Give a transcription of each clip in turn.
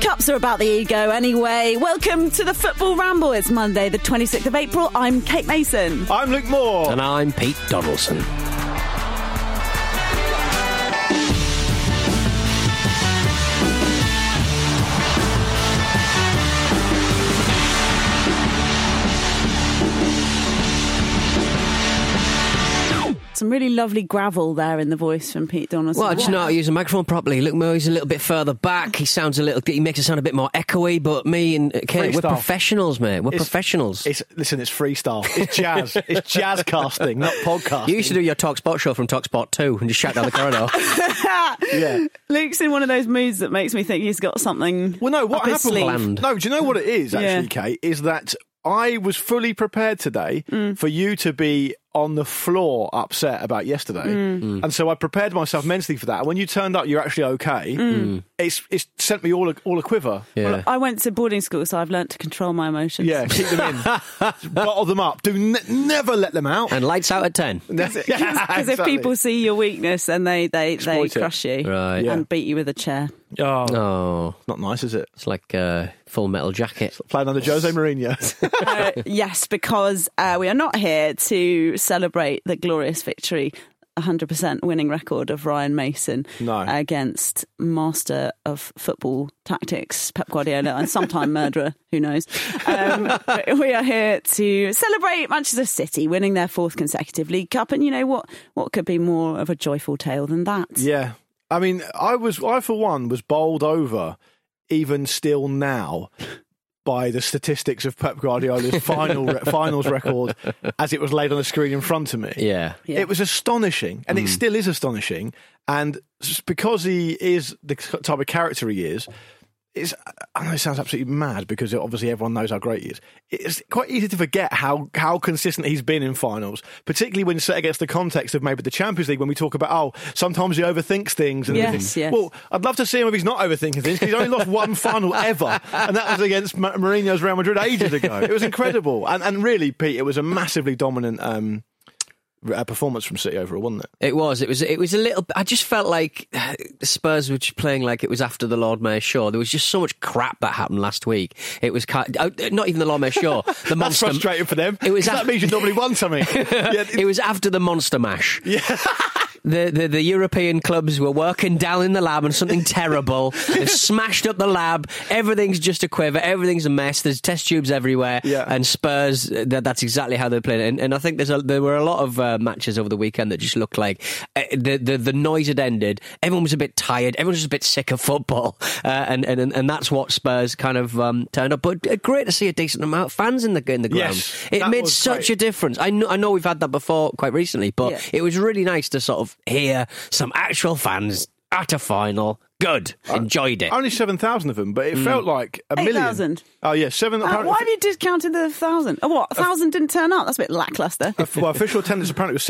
Chops are about the ego anyway. Welcome to the Football Ramble. It's Monday, the 26th of April. I'm Kate Mason. I'm Luke Moore. And I'm Pete Donaldson. Some really lovely gravel there in the voice from Pete Donaldson. Well, I just know how to use the microphone properly. Luke Murray's a little bit further back. He sounds a little. He makes it sound a bit more echoey. But me and Kate, we're Freestyle. professionals, mate. We're professionals. It's listen. It's freestyle. It's jazz. it's jazz casting, not podcast. you used to do your Talk Spot show from Talk Spot Two and just shout down the corridor. yeah. Luke's in one of those moods that makes me think he's got something. Well, no. What up his happened? sleeve. Planned. No. Do you know what it is actually, Kate? Is that I was fully prepared today for you to be on the floor upset about yesterday, Mm. and so I prepared myself mentally for that. And when you turned up, you're actually okay. Mm. It's it's sent me all a, all a quiver. Yeah. I went to boarding school, so I've learnt to control my emotions. Yeah, keep them in, bottle them up. Do n- never let them out. and lights out at ten. That's it. Because if people see your weakness, then they they, they Exploit it. crush you Right. Yeah. and beat you with a chair. oh, Oh, not nice, is it? it's like uh, Full Metal Jacket. Playing under Jose Mourinho. Uh, yes, because uh, we are not here to celebrate the glorious victory, 100% winning record of Ryan Mason No. against master of football tactics, Pep Guardiola, and sometime murderer, who knows. Um, but we are here to celebrate Manchester City winning their fourth consecutive League Cup. And you know what? What could be more of a joyful tale than that? Yeah. I mean, I was, I for one was bowled over, even still now, by the statistics of Pep Guardiola's final re- finals record as it was laid on the screen in front of me. Yeah. Yeah. Mm. It was astonishing, and it still is astonishing. And s- because he is the c- type of character he is, it's, I know it sounds absolutely mad because obviously everyone knows how great he is. It's quite easy to forget how, how consistent he's been in finals, particularly when set against the context of maybe the Champions League when we talk about, oh, sometimes he overthinks things. And Yes, everything. yes. Well, I'd love to see him if he's not overthinking things because he's only lost one final ever, and that was against Ma- Mourinho's Real Madrid ages ago. It was incredible. And, and really, Pete, it was a massively dominant. Um, uh, performance from City overall, wasn't it? It was. It was. It was a little. I just felt like Spurs were just playing like it was after the Lord Mayor Show. There was just so much crap that happened last week. It was kind uh, not even the Lord Mayor Show. The That's monster. frustrating for them. It was 'cause that af- means you normally won something. yeah, It was after the Monster Mash. Yeah. The, the the European clubs were working down in the lab on something terrible. They've smashed up the lab. Everything's just a quiver. Everything's a mess. There's test tubes everywhere. Yeah. And Spurs, that, that's exactly how they're playing. And, and I think there's a, there were a lot of uh, matches over the weekend that just looked like uh, the, the the noise had ended. Everyone was a bit tired. Everyone was just a bit sick of football. Uh, and, and and- and that's what Spurs kind of um, turned up. But uh, great to see a decent amount of fans in the in the ground. Yes, it that made was such great. a difference. I know, I know we've had that before quite recently, but Yeah. it was really nice to sort of hear some actual fans at a final. Good. Enjoyed it. Only 7,000 of them, but Mm. it felt like a million. 8,000. Oh, yeah, 7. Uh, apparently- why have you discounted the thousand? Oh, what? A thousand didn't turn up? That's a bit lackluster. well, official attendance apparently was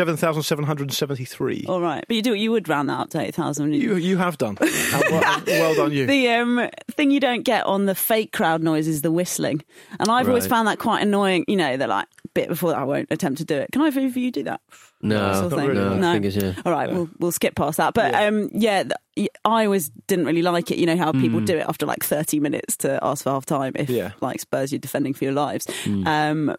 7,773. All right, but you do you would round that up to eight thousand. You, you have done. And well, well done, you. The um, thing you don't get on the fake crowd noise is the whistling, and I've always Right. found that quite annoying. You know, they're like bit before that, I won't attempt to do it. Can I either of you do that? No, That sort of not thing? really. No, I think it's, yeah. All right, we'll we'll skip past that. But yeah, um, yeah th- I always didn't really like it. You know how people do it after like thirty minutes to ask for half time if Yeah. like Spurs you're defending for your lives. Um,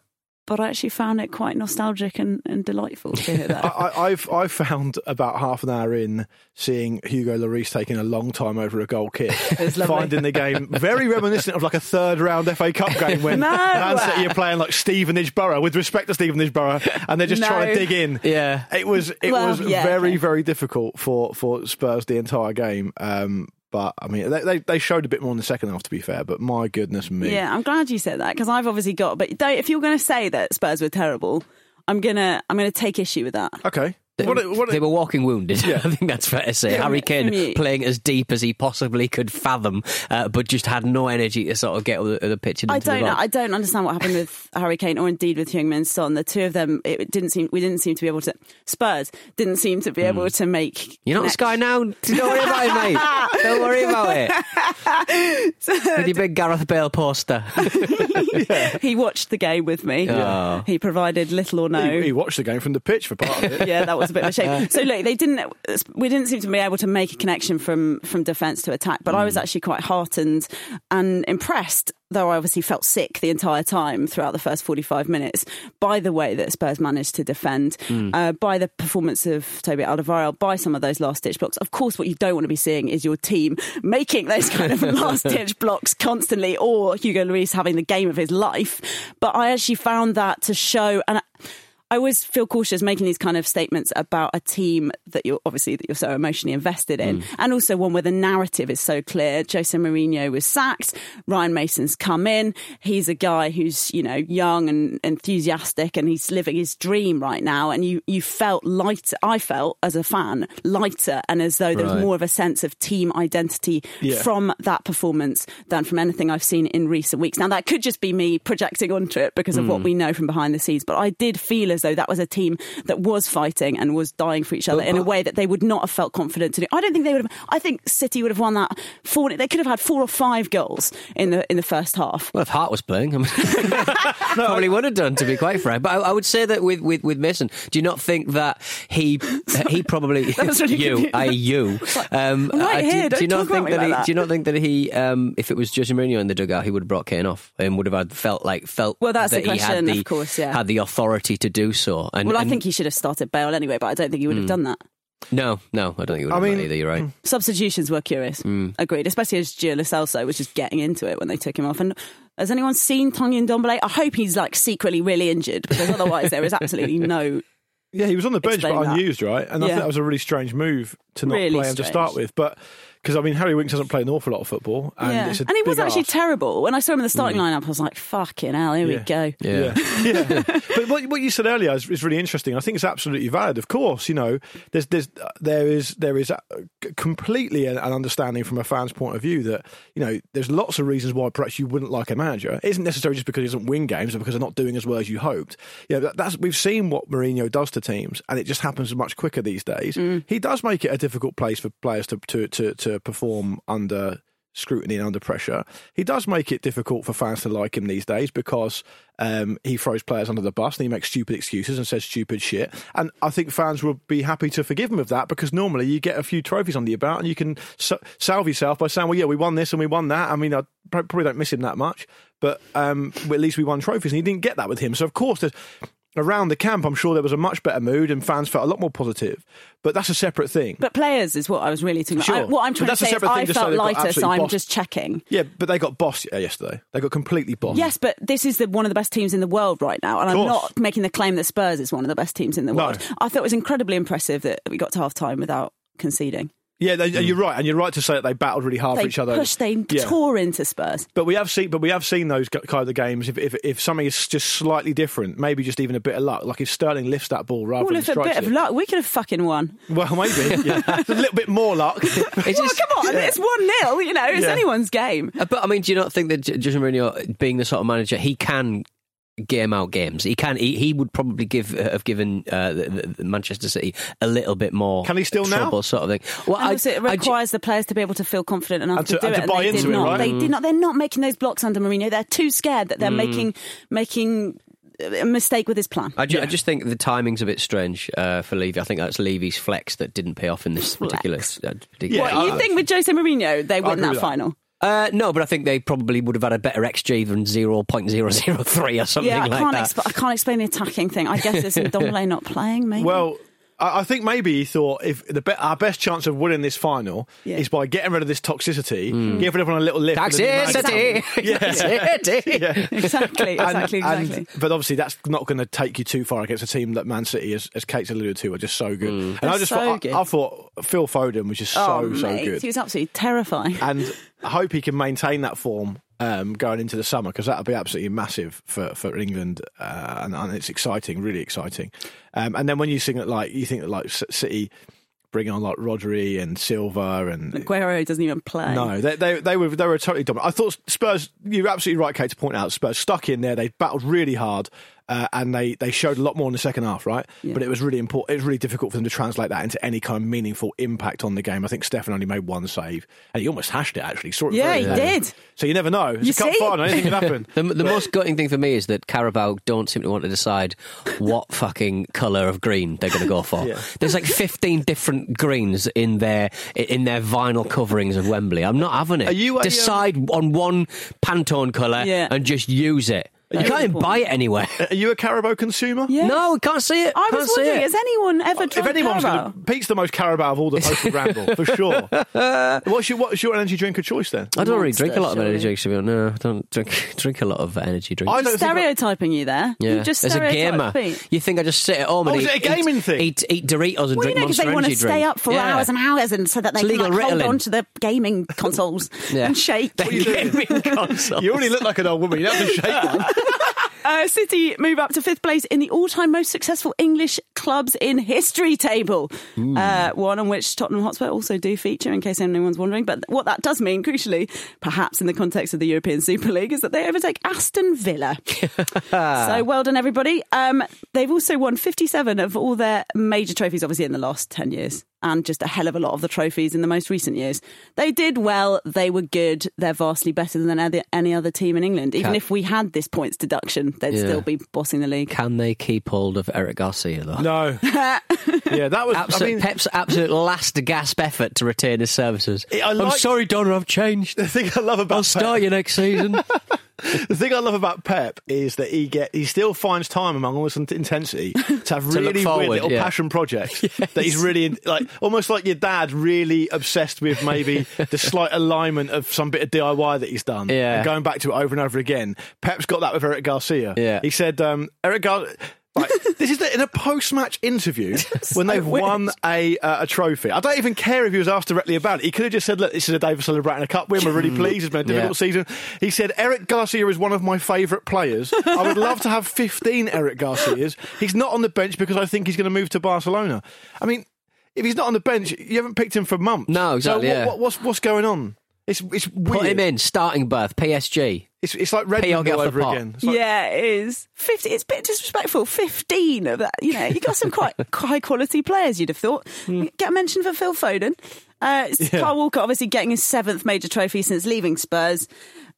but I actually found it quite nostalgic and, and delightful to hear that. I, I- I've I found about half an hour in seeing Hugo Lloris taking a long time over a goal kick, finding the game very reminiscent of like a third round FA Cup game when No. Man City are playing like Stevenage Borough with respect to Stevenage Borough, and they're just No. trying to dig in. Yeah. it was it Well, was yeah, very okay. very difficult for for Spurs the entire game. Um, but I mean, they, they they showed a bit more in the second half, to be fair. But my goodness me, Yeah, I'm glad you said that because I've obviously got. But don't- if you're going to say that Spurs were terrible, I'm gonna I'm gonna take issue with that. okay. What, a- what, a- they were walking wounded. I think that's fair to say. Yeah, Harry Kane yeah. playing as deep as he possibly could fathom, uh, but just had no energy to sort of get the, the pitch. And I into the don't know. goal. I don't understand what happened with Harry Kane or indeed with Heung-Min Son. The two of them, it didn't seem we didn't seem to be able to. Spurs didn't seem to be able to make. Hmm. You're not a Sky now. Don't worry about it, mate. Don't worry about it. With your big Gareth Bale poster. He watched the game with me. Yeah. He provided little or no. he, he watched the game from the pitch for part of it. yeah, that was was a bit of a shame. So look, they didn't. We didn't seem to be able to make a connection from from defence to attack. But I was actually quite heartened and impressed, though I obviously felt sick the entire time throughout the first forty five minutes by the way that Spurs managed to defend, uh, by the performance of Toby Alderweireld, by some of those last ditch blocks. Of course, what you don't want to be seeing is your team making those kind of last ditch blocks constantly, or Hugo Lloris having the game of his life. But I actually found that to show and. I always feel cautious making these kind of statements about a team that you're obviously that you're so emotionally invested in, and also one where the narrative is so clear. Jose Mourinho was sacked. Ryan Mason's come in. He's a guy who's you know young and enthusiastic, and he's living his dream right now. And you you felt lighter. I felt as a fan lighter, and as though there was Right. more of a sense of team identity Yeah. from that performance than from anything I've seen in recent weeks. Now that could just be me projecting onto it because of what we know from behind the scenes, but I did feel as though that was a team that was fighting and was dying for each other in a way that they would not have felt confident to do. I don't think they would have. I think City would have won that four. They could have had four or five goals in the in the first half. Well, if Hart was playing, I mean, probably would have done, to be quite frank. But I, I would say that with, with, with Mason, do you not think that he uh, he probably was really you confusing. I you um, I'm right I- do- here, Do, you don't not talk about think me that he? like that. Do you not think that he? Um, if it was Jose Mourinho in the dugout, he would have brought Kane off and would have had felt like felt Well, that's that the he had question, the of course, yeah. had the authority to do so. And, Well, I and- think he should have started Bale anyway, but I don't think he would have done that. no, no, I don't think he would I have done mean- either. You're Hmm. right. Substitutions were curious. Mm. Agreed, especially as Gio Lo Celso was just getting into it when they took him off. And has anyone seen Tongi Ndombele? I hope he's like secretly really injured because otherwise there is absolutely no. Yeah, he was on the bench Explain but that. unused, right? And I Yeah. think that was a really strange move to not Really play him to strange. start with. But because I mean, Harry Winks hasn't played an awful lot of football, and yeah, it's a and he was big actually ask. terrible. When I saw him in the starting lineup, I was like, "Fucking hell, here we Yeah. go." Yeah. yeah. Yeah. But what, what you said earlier is, is really interesting. I think it's absolutely valid. Of course, you know, there's there's uh, there is there is uh, c- completely an, an understanding from a fan's point of view that you know there's lots of reasons why perhaps you wouldn't like a manager. It isn't necessarily just because he doesn't win games or because they're not doing as well as you hoped. You know, that, that's we've seen what Mourinho does to teams, and it just happens much quicker these days. Mm. He does make it a difficult place for players to to to, to perform under scrutiny and under pressure. He does make it difficult for fans to like him these days because um, he throws players under the bus and he makes stupid excuses and says stupid shit. And I think fans will be happy to forgive him of that because normally you get a few trophies under your belt and you can so- salve yourself by saying, well, yeah, we won this and we won that. I mean, I pro- probably don't miss him that much, but um, well, at least we won trophies and he didn't get that with him. So, of course, there's around the camp, I'm sure there was a much better mood and fans felt a lot more positive. But that's a separate thing. But players is what I was really thinking. Sure. I, what I'm But trying to that's a say is, separate thing I to say felt they've got lighter, so absolutely I'm bossed. just checking. yeah, but they got bossed uh, yesterday. They got completely bossed. Yes, but this is the, one of the best teams in the world right now, and I'm Mm. course. not making the claim that Spurs is one of the best teams in the No. world. I thought it was incredibly impressive that we got to half time without conceding. Yeah, they, you're right, and you're right to say that they battled really hard They for each other. pushed, they Yeah. tore into Spurs. But we have seen, but we have seen those g- kind of games. If, if if something is just slightly different, maybe just even a bit of luck, like if Sterling lifts that ball rather Well, than if a bit strikes of it. luck, we could have fucking won. Well, maybe yeah. a little bit more luck. It's Well, just- come on, it's 1 0, you know, it's Yeah. anyone's game. Uh, But I mean, do you not think that J- Jose Mourinho, being the sort of manager, he can game out games? He can. He, he would probably give uh, have given uh, the, the- the Manchester City a little bit more. Can he still now? trouble, Sort of thing. Well, And also, it I- I ju- requires the players to be able to feel confident enough And to, to- do and it. to buy they into did it, not. right? They did not. They're not making those blocks under Mourinho. They're too scared that they're Mm. making making a mistake with his plan. Uh, I, ju- I just think the timing's a bit strange uh, for Levy. I think that's Levy's flex that didn't pay off in this Flex. ridiculous. Uh, Yeah, ridiculous I- you think with Jose Mourinho they win agree that with that. final? Uh, no, but I think they probably would have had a better XG than zero point zero zero three or something Yeah, I like can't. that. Exp- I can't explain the attacking thing. I guess it's Ndombele not playing. Maybe. well, I, I think maybe he thought if the be- our best chance of winning this final Yeah. is by getting rid of this toxicity, giving everyone a little lift. and then the Toxicity. Toxicity. exactly, And- exactly, and- exactly. but obviously, that's not going to take you too far against a team that Man City, as, as Kate's alluded to, are just so good. And I They're just so thought, good. I, I thought Phil Foden was just so oh, so mate, good, Uh, he was absolutely terrifying. and I hope he can maintain that form um, going into the summer because that'll be absolutely massive for for England, uh, and, and it's exciting, really exciting. Um, and then when you think that, like, you think that like C- City bring on like Rodri and Silva and Aguero doesn't even play. no, they, they they were they were totally dominant. I thought Spurs. You're absolutely right, Kate, to point out Spurs stuck in there. They battled really hard. uh, and they, they showed a lot more in the second half, right? Yeah. But it was really important. It was really difficult for them to translate that into any kind of meaningful impact on the game. I think Stefan only made one save, and he almost hashed it actually. Saw it Yeah, very he low. did. So you never know. It's You a cup see? final. Anything can happen. The, the most gutting thing for me is that Carabao don't seem to want to decide what fucking colour of green they're going to go for. Yeah. There's like 15 different greens in their in their vinyl coverings of Wembley. I'm not having it. Are you a, um, decide on one Pantone colour Yeah. and just use it. You you- can't even buy it anywhere. Are you a Carabao consumer? Yeah. No, I can't see it. I can't was see wondering, it. has anyone ever If drunk anyone's Carabao? going to, Pete's the most Carabao of all the postal ramble for sure. What's your what's your energy drink of choice then? I don't really drink a lot of Monster, energy surely. drinks. to be honest. No, I don't drink drink a lot of energy drinks. I don't think I- Stereotyping you there. You just As a stereotype gamer, Pete. you think I just sit at home and Oh, is eat, it a gaming eat, thing? Eat, eat Doritos and Well, you drink know, because Monster they want to Energy stay drink. up for Yeah. hours and hours, and so that they It's can like, legal hold Ritalin. on to the gaming consoles and shake. The gaming console. You already look like an old woman. You don't have to shake one. Uh, City move up to fifth place in the all-time most successful English clubs in history table. Hmm. Uh, one on which Tottenham Hotspur also do feature, in case anyone's wondering. But what that does mean, crucially, perhaps in the context of the European Super League, is that they overtake Aston Villa. so well done, everybody. Um, they've also won 57 of all their major trophies, obviously in the last 10 years, and just a hell of a lot of the trophies in the most recent years. They did well. They were good. They're vastly better than any- any other team in England. Even Cat- if we had this points deduction, they'd Yeah. still be bossing the league. Can they keep hold of Eric Garcia though? No. yeah, that was. Absolute, I mean, Pep's absolute last gasp effort to retain his services. I am like- sorry, Donna, I've changed. the thing I love I'll about start you next season. Pep, the thing I love about Pep is that he get he still finds time among all this in- intensity to have look really forward, weird little yeah. passion projects that he's really in- like almost like your dad really obsessed with maybe the slight alignment of some bit of DIY that he's done Yeah. and going back to it over and over again. Pep's got that with Eric Garcia. Yeah. he said um, Eric Garcia. Like, this is the, in a post-match interview when they've won a uh, a trophy. I don't even care if he was asked directly about it. He could have just said, "Look, this is a day for celebrating a cup win. We're really Hmm. pleased. It's been a difficult Yeah. season." He said, "Eric Garcia is one of my favourite players. I would love to have 15 Eric Garcias. He's not on the bench because I think he's going to move to Barcelona. I mean, if he's not on the bench, you haven't picked him for months. No, So exactly, what- yeah. what- what's what's going on? It's it's weird. Put him in, starting berth, PSG. It's, it's like Red Payog all off the over pot. again. It's like- yeah, it is. 50, it's a bit disrespectful. 15 of that. You know, you got some quite high quality players, you'd have thought. Hmm. Get a mention for Phil Foden. Uh, it's Carl Walker obviously getting his seventh major trophy since leaving Spurs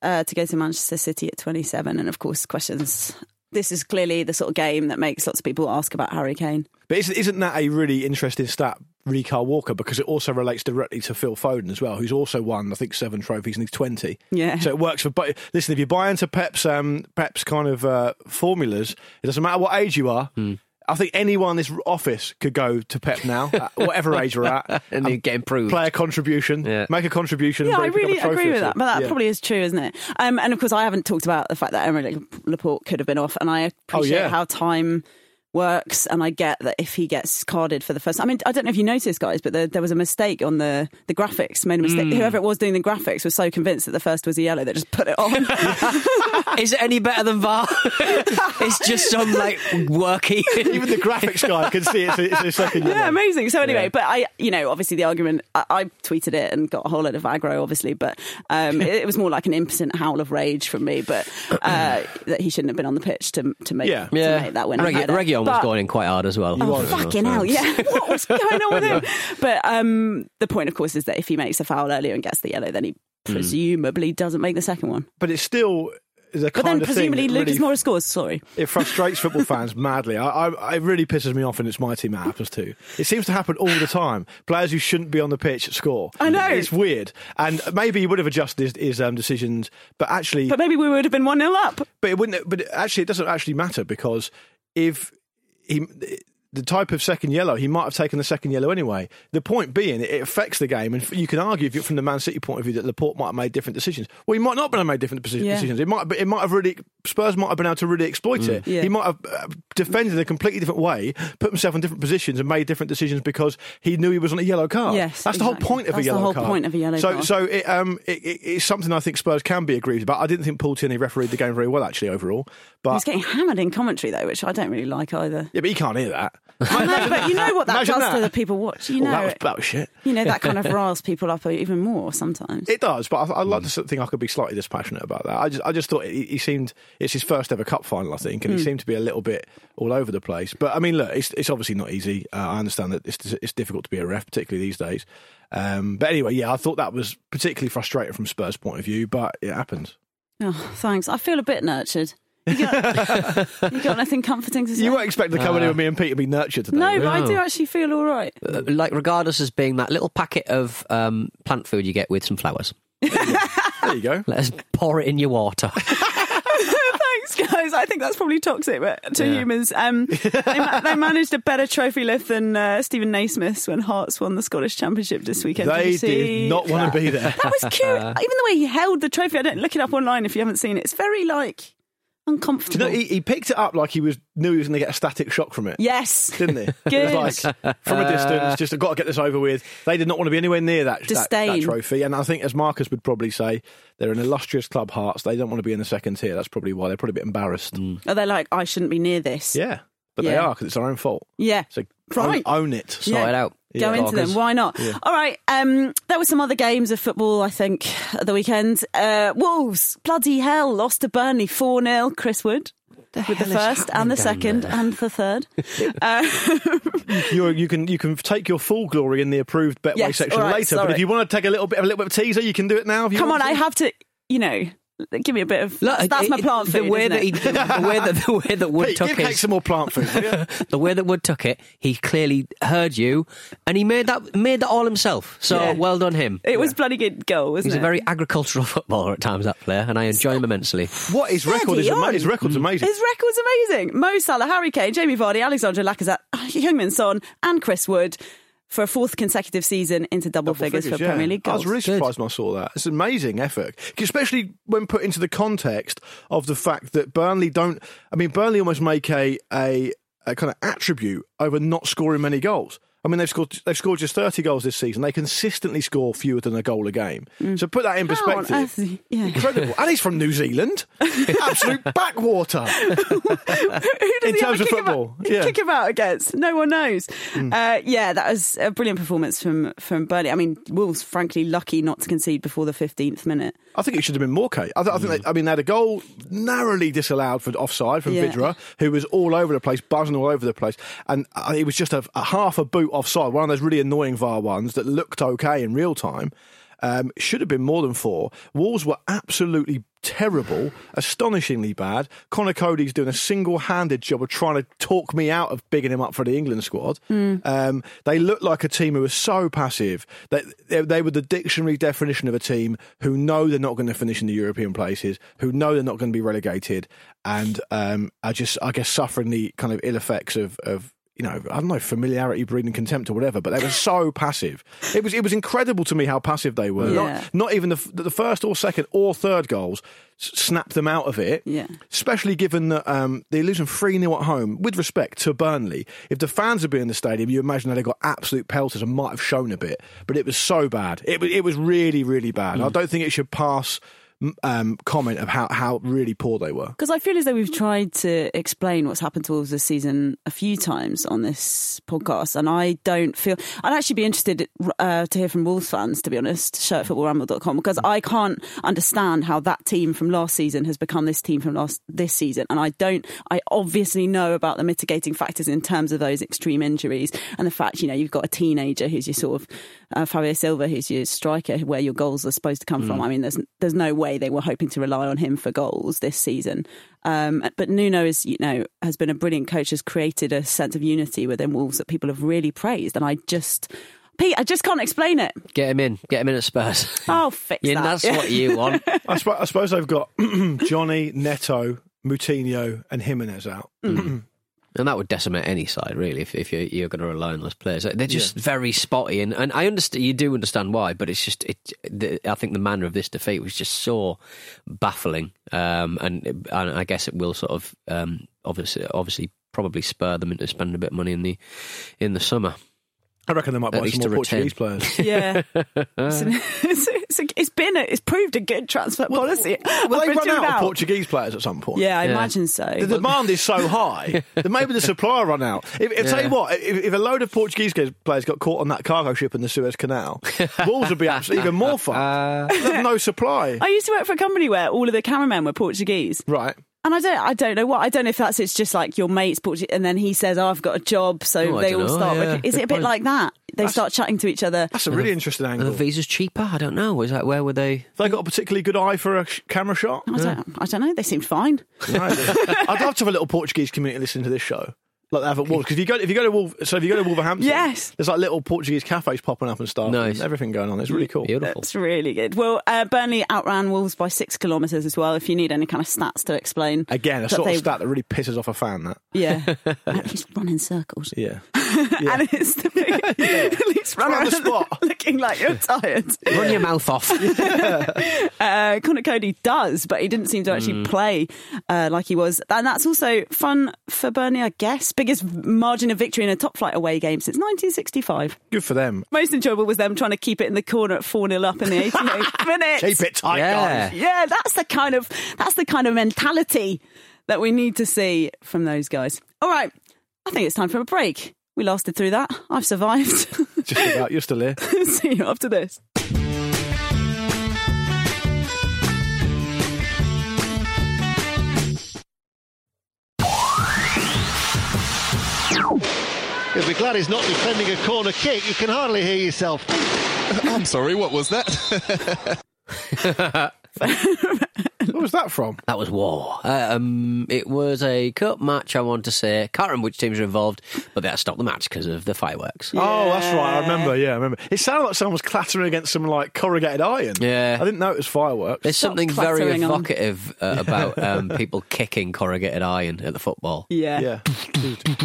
uh, to go to Manchester City at 27. And of course, questions. This is clearly the sort of game that makes lots of people ask about Harry Kane. But isn't, isn't that a really interesting stat, really, Carl Walker? Because it also relates directly to Phil Foden as well, who's also won, I think, seven trophies and he's 20. Yeah. So it works for both. Listen, if you buy into Pep's, um, Pep's kind of uh, formulas, it doesn't matter what age you are. Hmm. I think anyone in this office could go to Pep now, at whatever age you're at, And he'd get improved. play a contribution, Yeah. make a contribution. Yeah, and I maybe pick really up a trophy agree or with two. that. But that Yeah. probably is true, isn't it? Um, and of course, I haven't talked about the fact that Emery Laporte could have been off, and I appreciate Oh, yeah. how time works. And I get that if he gets carded for the first, I mean, I don't know if you noticed, guys, but there, there was a mistake on the the graphics. Made a mistake. Mm. Whoever it was doing the graphics was so convinced that the first was a yellow they just put it on. Is it any better than VAR? it's just some like worky. Even the graphics guy can see it's a, it's a second. yeah, yellow. amazing. So anyway, Yeah. but I, you know, obviously the argument, I, I tweeted it and got a whole lot of aggro, obviously, but um, it, it was more like an impotent howl of rage from me, but uh, that he shouldn't have been on the pitch to to make, Yeah. to make that win. Reg- Region was But- going in quite hard as well. Oh, fucking hell, yeah. What was going on with him? But um, the point, of course, is that if he makes a foul earlier and gets the yellow, then he Hmm. presumably doesn't make the second one. But it's still. The But kind then of thing presumably that Lucas really Moura scores, sorry. It frustrates football fans madly. I, I, it really pisses me off, and it's my team that happens to. It seems to happen all the time. Players who shouldn't be on the pitch score. I know. it's weird, and maybe he would have adjusted his, his um, decisions, but actually, But but, maybe we would have been 1 0 up. it wouldn't. But it- actually, it doesn't actually matter because if he. The type of second yellow, he might have taken the second yellow anyway. The point being, it affects the game, and you can argue if you're from the Man City point of view that Laporte might have made different decisions. Well, he might not have made different posi- Yeah. decisions. It might, but it might have really Spurs might have been able to really exploit it. Yeah. He might have uh, defended in a completely different way, put himself in different positions, and made different decisions because he knew he was on a yellow card. Yes, that's exactly. the whole point of That's a the yellow whole card. point of a yellow so, card. So it, um, it, it, it's something I think Spurs can be aggrieved about. I didn't think Paul Tierney refereed the game very well actually overall, but He's getting hammered in commentary, though, which I don't really like either. yeah, but he can't hear that. I know, but you know what that Oh, Imagine does that. to the people watch. You Well, know, that, was, that was shit. you know that kind of riles people up even more sometimes. It does, but I, I like to think I could be slightly dispassionate about that. I just, I just thought he, he seemed It's his first ever cup final, I think, Mm. and he seemed to be a little bit all over the place. But I mean, look, it's it's obviously not easy. Uh, I understand that it's it's difficult to be a ref, particularly these days. Um, but anyway, yeah, I thought that was particularly frustrating from Spurs' point of view, but it happens. Oh, thanks. I feel a bit nurtured. You got, you got nothing comforting to say? You won't expect to come in with me and Pete to be nurtured today. no, would but I No. do actually feel all right. Uh, Like, regardless as being that little packet of um, plant food you get with some flowers. you? there you go. Let us pour it in your water. Thanks, guys. I think that's probably toxic but to humans. Um, they, ma- they managed a better trophy lift than uh, Stephen Naismith when Hearts won the Scottish Championship this weekend. They you see did not want to be there. That was cute. Even the way he held the trophy, I don't look it up online if you haven't seen it. It's very like Do you uncomfortable. know, he, he picked it up like he was knew he was going to get a static shock from it. yes, Didn't he? Good. It was like, from a distance, just I've got to get this over with. They did not want to be anywhere near that, that, that Disdain. trophy. And I think, as Marcus would probably say, they're an illustrious club, Hearts. They don't want to be in the second tier. That's probably why they're probably a bit embarrassed. are they Oh, like I shouldn't be near this? Yeah, but they Yeah. are because it's our own fault. yeah. So Right. own, own it. Sort it out. Go into them. Why not? All right. Um, there were some other games of football, I think, at the weekend. Uh, Wolves, bloody hell, lost to Burnley 4 0. Chris Wood with the first and the second and the third. you you can you can take your full glory in the approved Betway Yes, section all right, later. But sorry. if you want to take a little bit of a little bit of teaser, you can do it now. If you Come on, want I to. have to, you know, give me a bit of. that's Look, that's it- my it- plant food. The way isn't that he, it? the way that the way that Wood Pete, took give Kate his some more plant food. will you? the way that Wood took it, he clearly heard you, and he made that made that all himself. So Yeah. well done him. It was bloody good goal, wasn't He's a it? very agricultural footballer at times, that player, and I enjoy him immensely. What his record is? Steady ama- on. His record's amazing. His record's amazing. Mo Salah, Harry Kane, Jamie Vardy, Alexandre Lacazette, Heung-Min Son, and Chris Wood for a fourth consecutive season into double, figures, for yeah. Premier League I goals. was really surprised when I saw that. It's an amazing effort, especially when put into the context of the fact that Burnley don't. I mean, Burnley almost make a a, a kind of attribute over not scoring many goals. I mean, they've scored they've scored just thirty goals this season. They consistently score fewer than a goal a game. So put that in Mm. How on perspective. earth- yeah. Incredible, and he's from New Zealand, absolute backwater. Who does In he terms have a of kick football, about, yeah. Mm. kick about against? No one knows. Uh, yeah, that was a brilliant performance from from Burnley. I mean, Wolves frankly lucky not to concede before the fifteenth minute. I think it should have been more, Kate. I, th- I think they, I mean they had a goal narrowly disallowed for offside from Yeah. Vidra, who was all over the place, buzzing all over the place, and uh, it was just a, a half a boot offside, one of those really annoying VAR ones that looked okay in real time. Um, should have been more than four. Wolves were absolutely terrible, astonishingly bad. Connor Cody's doing a single-handed job of trying to talk me out of bigging him up for the England squad. Um, they looked like a team who was so passive that they, they were the dictionary definition of a team who know they're not going to finish in the European places, who know they're not going to be relegated, and um, are just, I guess, suffering the kind of ill effects of. of you know, I don't know, familiarity breeding contempt or whatever, but they were so passive. It was it was incredible to me how passive they were. Yeah. Not, not even the, f- the first or second or third goals s- snapped them out of it. Yeah. Especially given that um, they're losing 3 0 at home, with respect to Burnley. If the fans had been in the stadium, you imagine they'd have got absolute pelters and might have shown a bit. But it was so bad. It, wa- it was really, really bad. I don't think it should pass m- um, comment of how, how really poor they were. Because I feel as though we've tried to explain what's happened to Wolves this season a few times on this podcast, and I don't feel. I'd actually be interested uh, to hear from Wolves fans, to be honest, show at footballramble.com, because I can't understand how that team from last season has become this team from last this season. And I don't. I obviously know about the mitigating factors in terms of those extreme injuries and the fact, you know, you've got a teenager who's your sort of uh, Fabio Silva, who's your striker, where your goals are supposed to come Mm. from. I mean, there's there's no way they were hoping to rely on him for goals this season. Um, but Nuno is, you know, has been a brilliant coach, has created a sense of unity within Wolves that people have really praised, and I just. Pete, I just can't explain it. Get him in. Get him in at Spurs. I'll fix Yeah, that. that's what you want. I, sp- I suppose I've got Johnny, Neto, Moutinho, and Jimenez out. And that would decimate any side, really, if, if you're, you're going to rely on those players. They're just very spotty, and, and I understand you do understand why, but it's just it. The, I think the manner of this defeat was just so baffling, um, and it- and I guess it will sort of um, obviously obviously probably spur them into spending a bit of money in the in the summer. I reckon they might buy least some to more retain. Portuguese players. Yeah, it's, an- it's, it's, a- it's been a, it's proved a good transfer policy. Well, up they run until out now. of Portuguese players at some point. Yeah, I imagine so. The demand is so high that maybe the supply run out. If, if Tell you what, if, if a load of Portuguese guys- players got caught on that cargo ship in the Suez Canal, Wolves would be absolutely even Uh, more fucked. They'd have no supply. I used to work for a company where all of the cameramen were Portuguese. Right. And I don't, I don't know what I don't know if that's it's just like your mates, bought it, and then he says, "Oh, I've got a job," so Oh, I they don't all know, start. yeah. with- is it a Good bit point. like that? They start chatting to each other. That's a really interesting Are the angle. visas cheaper? I don't know. Is that where were they? Have they got a particularly good eye for a sh- camera shot? I don't, I don't know. They seemed fine. No, I'd love to have a little Portuguese community listening to this show. Like they have at Wolves. Because if you go, if you go to Wolf, so if you go to Wolverhampton, Yes. there's like little Portuguese cafes popping up and stuff. Nice. and everything going on. It's really cool. Beautiful. That's really good. Well, uh, Burnley outran Wolves by six kilometres as well. If you need any kind of stats to explain, Again, a But sort they- of stat that really pisses off a fan. That yeah, he's running circles. yeah, And it's the big, at least Run on the around spot. looking like you're tired. Run your mouth off. uh, Connor Cody does, but he didn't seem to actually play uh, like he was. And that's also fun for Burnley, I guess. Biggest margin of victory in a top flight away game since 1965. good for them. Most enjoyable was them trying to keep it in the corner at 4 0 up in the 88th minute. Keep it tight, Yeah. guys. Yeah, that's the kind of that's the kind of mentality that we need to see from those guys. All right, I think it's time for a break. We lasted through that. I've survived. Just about. You're still here. see you after this. You'll be glad he's not defending a corner kick. You can hardly hear yourself. I'm sorry, what was that? Where was that from? That was war. Uh, um, it was a cup match, I want to say. Can't remember which teams were involved, but they had to stop the match because of the fireworks. Oh, that's right. I remember. Yeah, I remember. It sounded like someone was clattering against some like corrugated iron. Yeah. I didn't know it was fireworks. There's Stop something very clattering on. evocative uh, about um, people kicking corrugated iron at the football. Yeah. yeah,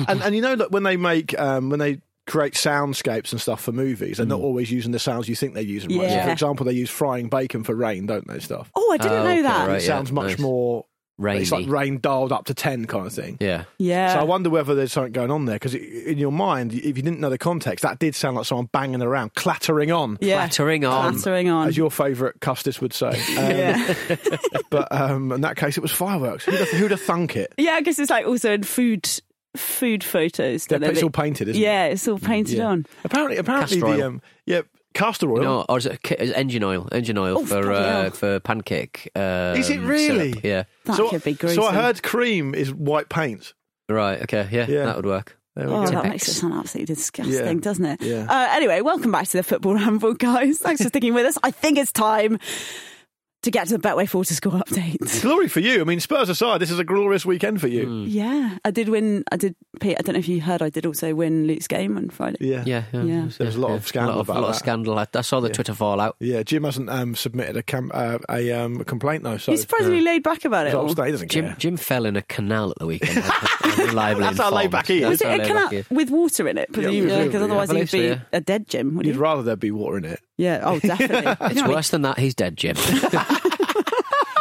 and and you know that when they make um, when they create soundscapes and stuff for movies, they're not always using the sounds you think they're using. Right? So Yeah. for example, they use frying bacon for rain, don't they? Stuff. Oh, I didn't Oh, know okay, that. it right. yeah, sounds much nice. more. Rainy. It's like rain dialed up to ten kind of thing. yeah. Yeah. So I wonder whether there's something going on there because in your mind, if you didn't know the context, that did sound like someone banging around, clattering on, yeah. Clattering on. Clattering on. as your favourite Custis would say. Um, yeah. But um, in that case, it was fireworks. Who'd have, who'd have thunk it? yeah, I guess it's like also in food food photos. Yeah, don't they? it's all painted, isn't yeah, it's all painted it? Yeah. on. Apparently, apparently Castor the oil. um, yeah castor oil. No, or is it, ki- is it engine oil? Engine oil Oh, for bloody hell. uh, for pancake. Um, Is it really? syrup. Yeah. That so, could be gruesome. so I heard cream is white paint. Right. Okay. Yeah. Yeah. That would work. There we Oh, go. that makes it sound absolutely disgusting, Yeah. doesn't it? Yeah. Uh, anyway, welcome back to the Football Ramble, guys. Thanks for sticking with us. I think it's time to get to the Betway Forty Score update. Glory for you. I mean, Spurs aside, this is a glorious weekend for Mm. you. Yeah, I did win. I did, Pete. I don't know if you heard. I did also win Luke's game on Friday. Yeah. Yeah. yeah. Yeah. There's a lot of scandal A lot of, about lot of that. scandal. I, I saw the Twitter fallout. Yeah, Jim hasn't um, submitted a cam- uh, a um, complaint though, so He's surprisingly laid back about it. so All. he doesn't Jim care. Jim fell in a canal at the weekend. Reliably That's how informed. laid back he is. Was That's how it a laid canal back he is. with water in it, presumably? presumably, Because yeah. otherwise I he'd believe so, be yeah. a dead Jim, would You'd you? rather there be water in it. Yeah. Oh, definitely. You know It's what I mean? worse than that. He's dead, Jim.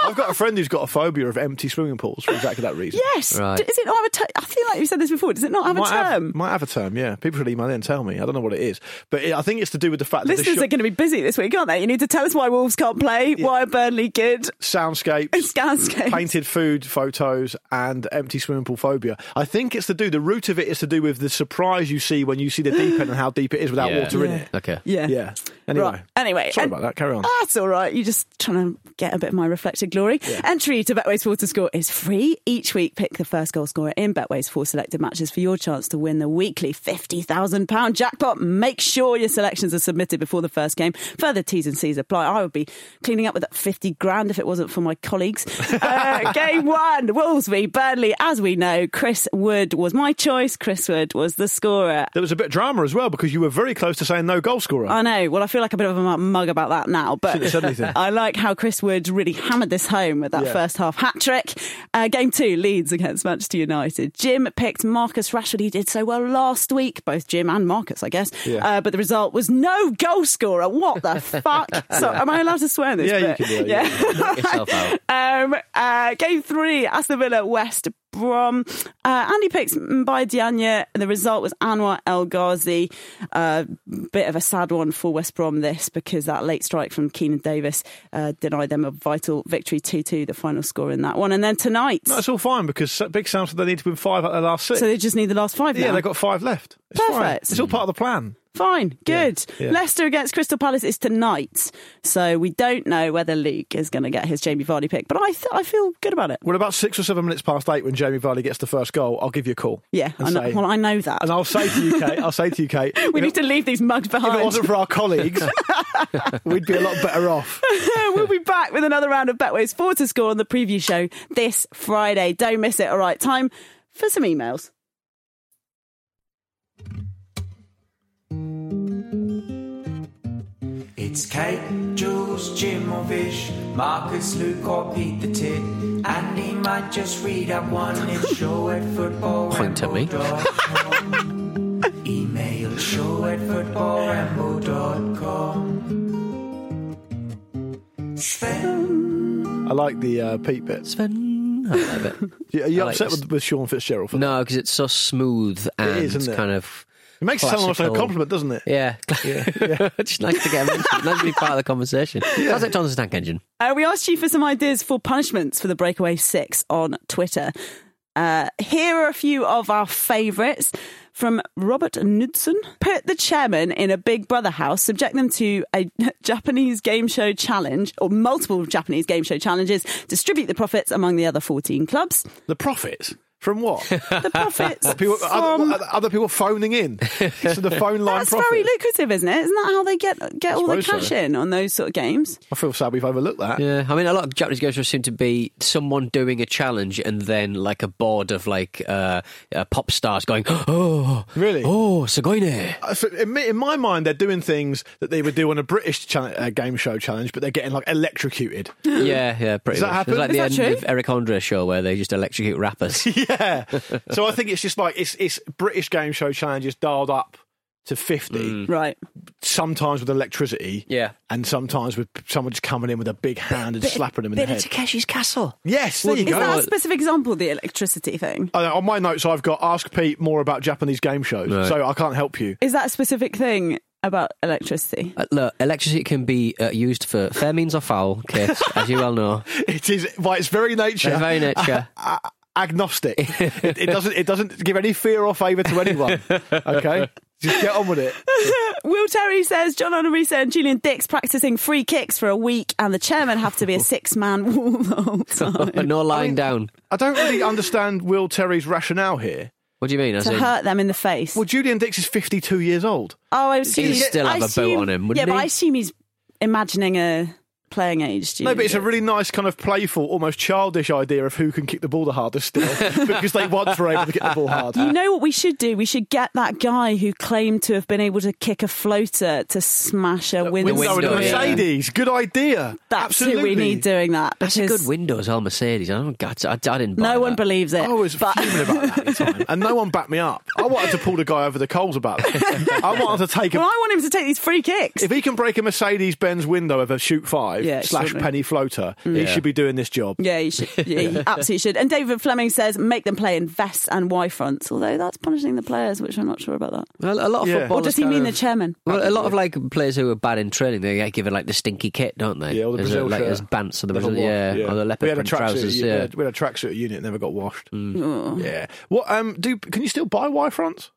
I've got a friend who's got a phobia of empty swimming pools for exactly that reason. Yes. Right. D- Is it not have a ter- I feel like you said this before. Does it not have might a have, term? might have a term, yeah. People should email in and tell me. I don't know what it is. But it, I think it's to do with the fact that Listeners the are going to be busy this week, aren't they? You need to tell us why Wolves can't play, why are Burnley good, and soundscapes, Scanscape. painted food photos, and empty swimming pool phobia. I think it's to do, the root of it is to do with the surprise you see when you see the deep end and how deep it is without Yeah. water in Yeah. it. Okay. Yeah. Yeah. Anyway. Right. Anyway. Sorry and- Uh, about that. Carry on. Oh, That's all right. You're just trying to get a bit of my reflected glory. Entry to Betway's Four to Score is free. Each week, pick the first goal scorer in Betway's four selected matches for your chance to win the weekly £50,000 jackpot. Make sure your selections are submitted before the first game. Further T's and C's apply. I would be cleaning up with that 50 grand if it wasn't for my colleagues. Uh, game one, Wolves v Burnley. As we know, Chris Wood was my choice. Chris Wood was the scorer. There was a bit of drama as well because you were very close to saying no goal scorer. I know. Well, I feel like a bit of a mug about that now, but Shouldn't have said anything. I like how Chris Wood really hammered this home with that Yeah. first half hat trick. Uh, game two, Leeds against Manchester United. Jim picked Marcus Rashford. He did so well last week, both Jim and Marcus, I guess. Yeah. Uh, but the result was no goal scorer. What the fuck? So, am I allowed to swear in this? Yeah, you bit? can do it, Yeah. yeah. Knock yourself out. Um, uh, game three, Aston Villa, West Brom. Uh, Andy picks by Diagne. The result was Anwar El Ghazi. Uh, bit of a sad one for West Brom this because that late strike from Keenan Davis uh, denied them a vital victory 2 2, the final score in that one. And then tonight. That's all fine because Big Sam said they need to win five out of their last six. so they just need the last five yeah, now. they've got five left. It's Perfect. fine. It's all part of the plan. Fine, good. yeah. Leicester against Crystal Palace is tonight, so we don't know whether Luke is going to get his Jamie Vardy pick, but I th- I feel good about it. Well, about six or seven minutes past eight, when Jamie Vardy gets the first goal, I'll give you a call. Yeah, and I know, say- well I know that. and I'll say to you, Kate. I'll say to you, Kate. we if need to leave these mugs it- If it behind. wasn't for our colleagues, we'd be a lot better off. we'll be back with another round of Betway's four to score on the preview show this Friday. Don't miss it. All right, time for some emails. It's Kate, Jules, Jim or Vish, Marcus, Luke or Pete the Tit. Andy might just read out one and show at football. Point at Oh, me. ramble.com. Email show at footballramble.com. I like the uh, Pete bits. Sven. I love it. Are you I like upset this. with, with Sean Fitzgerald? For that? No, because it's so smooth and is, isn't it? kind of. It makes it sound almost like a classical. compliment, doesn't it? Yeah, just nice to get mentioned. nice to be part of the conversation. Sounds like Thomas the Tank Engine. Uh, we asked you for some ideas for punishments for the Breakaway Six on Twitter. Uh, here are a few of our favourites from Robert Knudsen. Put the chairman in a Big Brother house, subject them to a Japanese game show challenge or multiple Japanese game show challenges, distribute the profits among the other 14 clubs. The profits from what? The profits. People, from- other, other people phoning in to the phone line. That's profits. very lucrative, isn't it? Isn't that how they get get all the suppose cash so. in on those sort of games? I feel sad we've overlooked that. Yeah, I mean, a lot of Japanese game shows seem to be someone doing a challenge and then like a board of like uh, uh, pop stars going, oh, Really? oh, Sagoine. Uh, so In, me- in my mind, they're doing things that they would do on a British cha- uh, game show challenge, but they're getting like electrocuted. Yeah, yeah, pretty Does that much. happen? It's like Is the that end true? of Eric Andre show where they just electrocute rappers. yeah. So I think it's just like it's it's British game show challenges dialed up to fifty, Mm. Right. sometimes with electricity, Hmm. Yeah. and sometimes with someone just coming in with a big hand and slapping them in the head. Takeshi's Castle. yes, there you Is go. that a specific example, the electricity thing? Uh, on my notes, I've got ask Pete more about Japanese game shows, Right. so I can't help you. Is that a specific thing about electricity? Uh, look, electricity can be uh, used for fair means or foul, Kate, as you well know. It is by its very nature. By very nature. a- a- agnostic. it, it doesn't. It doesn't give any fear or favour to anyone. Okay, just get on with it. Will Terry says John Honorisa and Julian Dix practicing free kicks for a week, and the chairman have to be a six man wall the whole time But no lying down. I don't really understand Will Terry's rationale here. What do you mean? As to in- hurt them in the face. Well, Julian Dix is fifty-two years old. oh, I assume He'd he's- still have I a boot assume- on him, Yeah, wouldn't but he? I assume he's imagining a playing age. No, but it's a really nice kind of playful, almost childish idea of who can kick the ball the hardest still, because they once were able to kick the ball hard. Uh, You know what we should do? We should get that guy who claimed to have been able to kick a floater to smash a window. Window in a window, yeah. Mercedes. Good idea. That's Absolutely. who we need doing that. That's a because good window as well, Mercedes. I don't, God, I, I didn't buy No one that. believes it. I was but fuming about that at the time, and no one backed me up. I wanted to pull the guy over the coals about that. I wanted to take well, a I want him to take these free kicks. If he can break a Mercedes Benz window with a shoot five Yeah, slash extraordinary. penny floater, he should be doing this job. yeah, you should. Yeah, you absolutely should. And David Fleming says make them play in vests and Y fronts, although that's punishing the players, which I'm not sure about that. Well, a lot of Yeah. football. Or does he mean the of, chairman? Well, a lot of like players who are bad in training, they get given like the stinky kit, don't they? Yeah, or the As a- Brazil like shirt. as bants or the, The Brazil, whole lot, yeah, or the we leopard had a print tracksuit trousers. unit- Yeah, we had a tracksuit unit, never got washed. Mm. Uh, Oh. Yeah. What? Um. Do can you still buy Y fronts?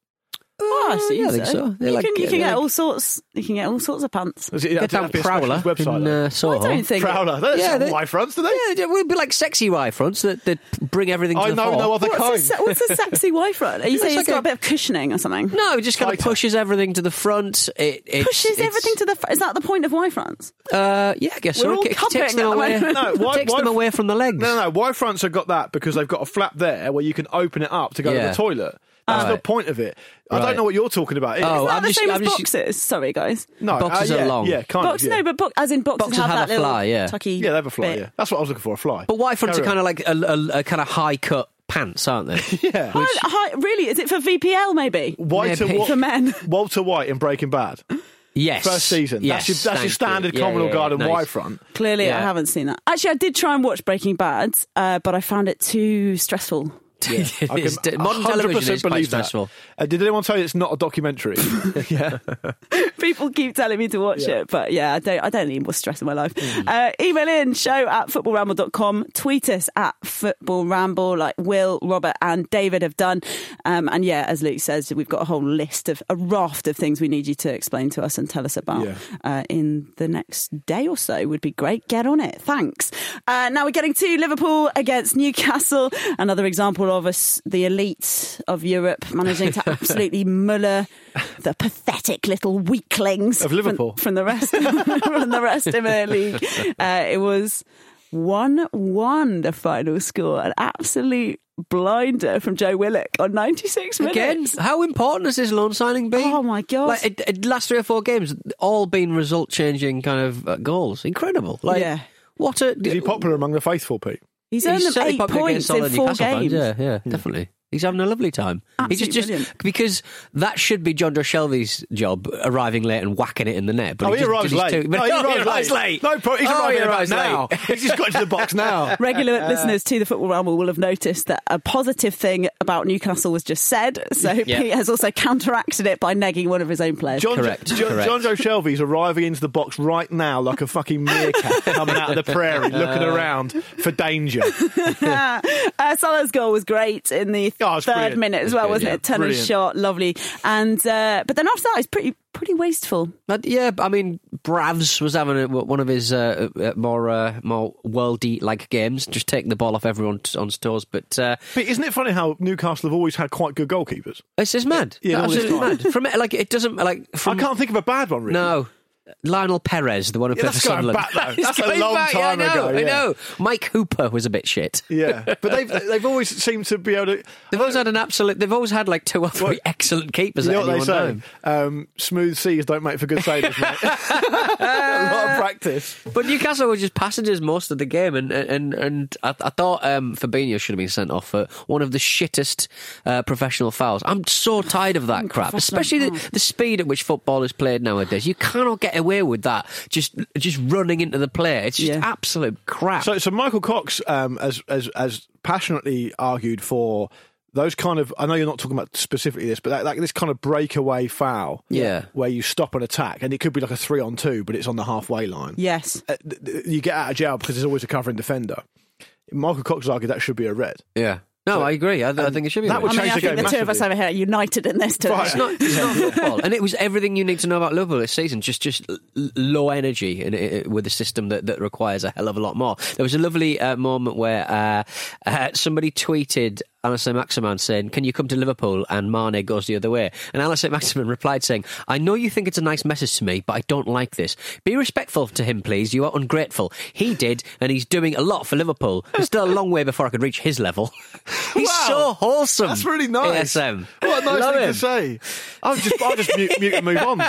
Oh, I assume yeah, I think so. They're You like- can, you can they're get like- all sorts. You can get all sorts of pants. Is it- get that'd down be a specialist Prowler website. in though. uh, Soho. I don't think. Prowler. That's Yeah, yeah, they- Y fronts, do they? Yeah, they would be like sexy Y fronts that that bring everything. To I the know fore. no other kind. What's a, se- what's a sexy Y front? Are you saying It's he's like got a- a bit of cushioning or something? No, it just kind of Tighter. pushes everything to the front. It, it's, Pushes it's- everything to the. Fr- is that the point of Y fronts? Uh, yeah, I guess We're so. all It takes covering them at the away. moment. No, why- takes why- them away from the legs. No, no, no. Y fronts have got that because they've got a flap there where you can open it up to go to Yeah. the toilet. That's the Right. point of it. I Right. don't know what you're talking about. It- Oh, Is that I'm the just- same I'm as just- boxes? Sorry, guys. no, uh, boxes are yeah, long. Yeah, kind Box of. Yeah. no, but bo- as in boxes, Boxes have, that have a little fly, yeah. tucky. yeah, they have a fly. bit. Yeah, that's what I was looking for. A fly. But Y fronts are Carry on. kind of like a, a, a kind of high cut pants, aren't they? yeah. Hi- hi- really, is it for VPL? Maybe White Maybe. and for men. Walter White in Breaking Bad. yes, First season. that's Yes, your, that's your thank standard you. Yeah, Commonwealth yeah, Garden nice. Y front. Clearly, I Yeah. haven't seen that. Actually, I did try and watch Breaking Bad, uh, but I found it too stressful. I can It's- modern television is quite stressful. Uh, did anyone tell you it's not a documentary? yeah. People keep telling me to watch it, but yeah, I don't. I don't need more stress in my life. Uh, email in show at footballramble.com. Tweet us at footballramble, like Will, Robert, and David have done. Um, and yeah, as Luke says, we've got a whole list of a raft of things we need you to explain to us and tell us about Yeah. uh, in the next day or so. Would be great. Get on it. Thanks. Uh, now we're getting to Liverpool against Newcastle. Another example of us, the elite of Europe, managing to absolutely muller the pathetic little weaklings Of Liverpool. from, from the rest from the rest of the league. Uh, it was one one the final score, an absolute blinder from Joe Willock on ninety six minutes. Again, how important has this loan signing been? Oh my god! Like, it, it, last three or four games, all been result changing kind of uh, goals. Incredible. Like, Yeah. what a. Is he popular among the faithful, Pete? he's earned them certainly eight popular points against in all the four Newcastle fans. games. Yeah, yeah, definitely. He's having a lovely time. He Absolutely just, brilliant. just because that should be John Shelby's job, arriving late and whacking it in the net. But Oh, he he, just arrives did his late. two- No, he Oh, arrives late. No, pro- he's Oh, arriving he about arrives late. now. He's just got to the box now. Regular listeners to the Football Ramble will have noticed that a positive thing about Newcastle was just said. So Yeah. Pete has also counteracted it by negging one of his own players. John, Correct, John, correct. John Joe Shelby's arriving into the box right now like a fucking meerkat coming out of the prairie, looking Uh. around for danger. Uh, Salah's goal was great in the Oh, third it's brilliant. minute as well, It's wasn't good, it? Turner's Brilliant. shot, lovely. And uh, but then after that, it's pretty pretty wasteful. But yeah, I mean, Bravs was having a, one of his uh, uh, more uh, more worldy like games, just taking the ball off everyone t- on stores. But uh, But isn't it funny how Newcastle have always had quite good goalkeepers? it's just mad, Yeah, all this absolutely time. mad. From it, like it doesn't like from I can't think of a bad one, really. no. Lionel Perez, the one who Yeah, played that's for going Sunderland. back, though. It's That's a going long back, yeah, I time know, ago, yeah. I know. Mike Hooper was a bit shit. Yeah, but they've they've always seemed to be able to. They've always had an absolute. They've always had like two or three Well, excellent keepers You know at what any they one say? time. Um, smooth seas don't make for good sailors, mate. a lot of practice. But Newcastle were just passengers most of the game, and and and I, I thought um, Fabinho should have been sent off for one of the shittest uh, professional fouls. I'm so tired of that crap, especially the, the speed at which football is played nowadays. You cannot get away with that. Just just running into the player, it's just Yeah. absolute crap. So, so Michael Cox um, as as as passionately argued for those kind of. I know you're not talking about specifically this, but that, like this kind of breakaway foul, Yeah. where you stop an attack, and it could be like a three on two, but it's on the halfway line. Yes, Uh, th- th- you get out of jail because there's always a covering defender. Michael Cox argued that should be a red. yeah, no, I agree. I, I think it should be. that red. would I mean, Change I the think the game two of us over here are united in this. To Right. It's not, it's not football, and it was everything you need to know about Liverpool this season. Just, just l- low energy and it, it- with a system that, that requires a hell of a lot more. There was a lovely uh, moment where uh, uh, somebody tweeted Alistair Maximan saying, "Can you come to Liverpool?" And Mane goes the other way, and Alistair Maximan replied saying, "I know you think it's a nice message to me, but I don't like this. Be respectful to him, please. You are ungrateful. He did, and he's doing a lot for Liverpool. It's still a long way before I could reach his level. he's Wow. so wholesome. That's really nice. ASM. What a nice Love thing him. to say. I'll just, I'll just mute, mute and move on.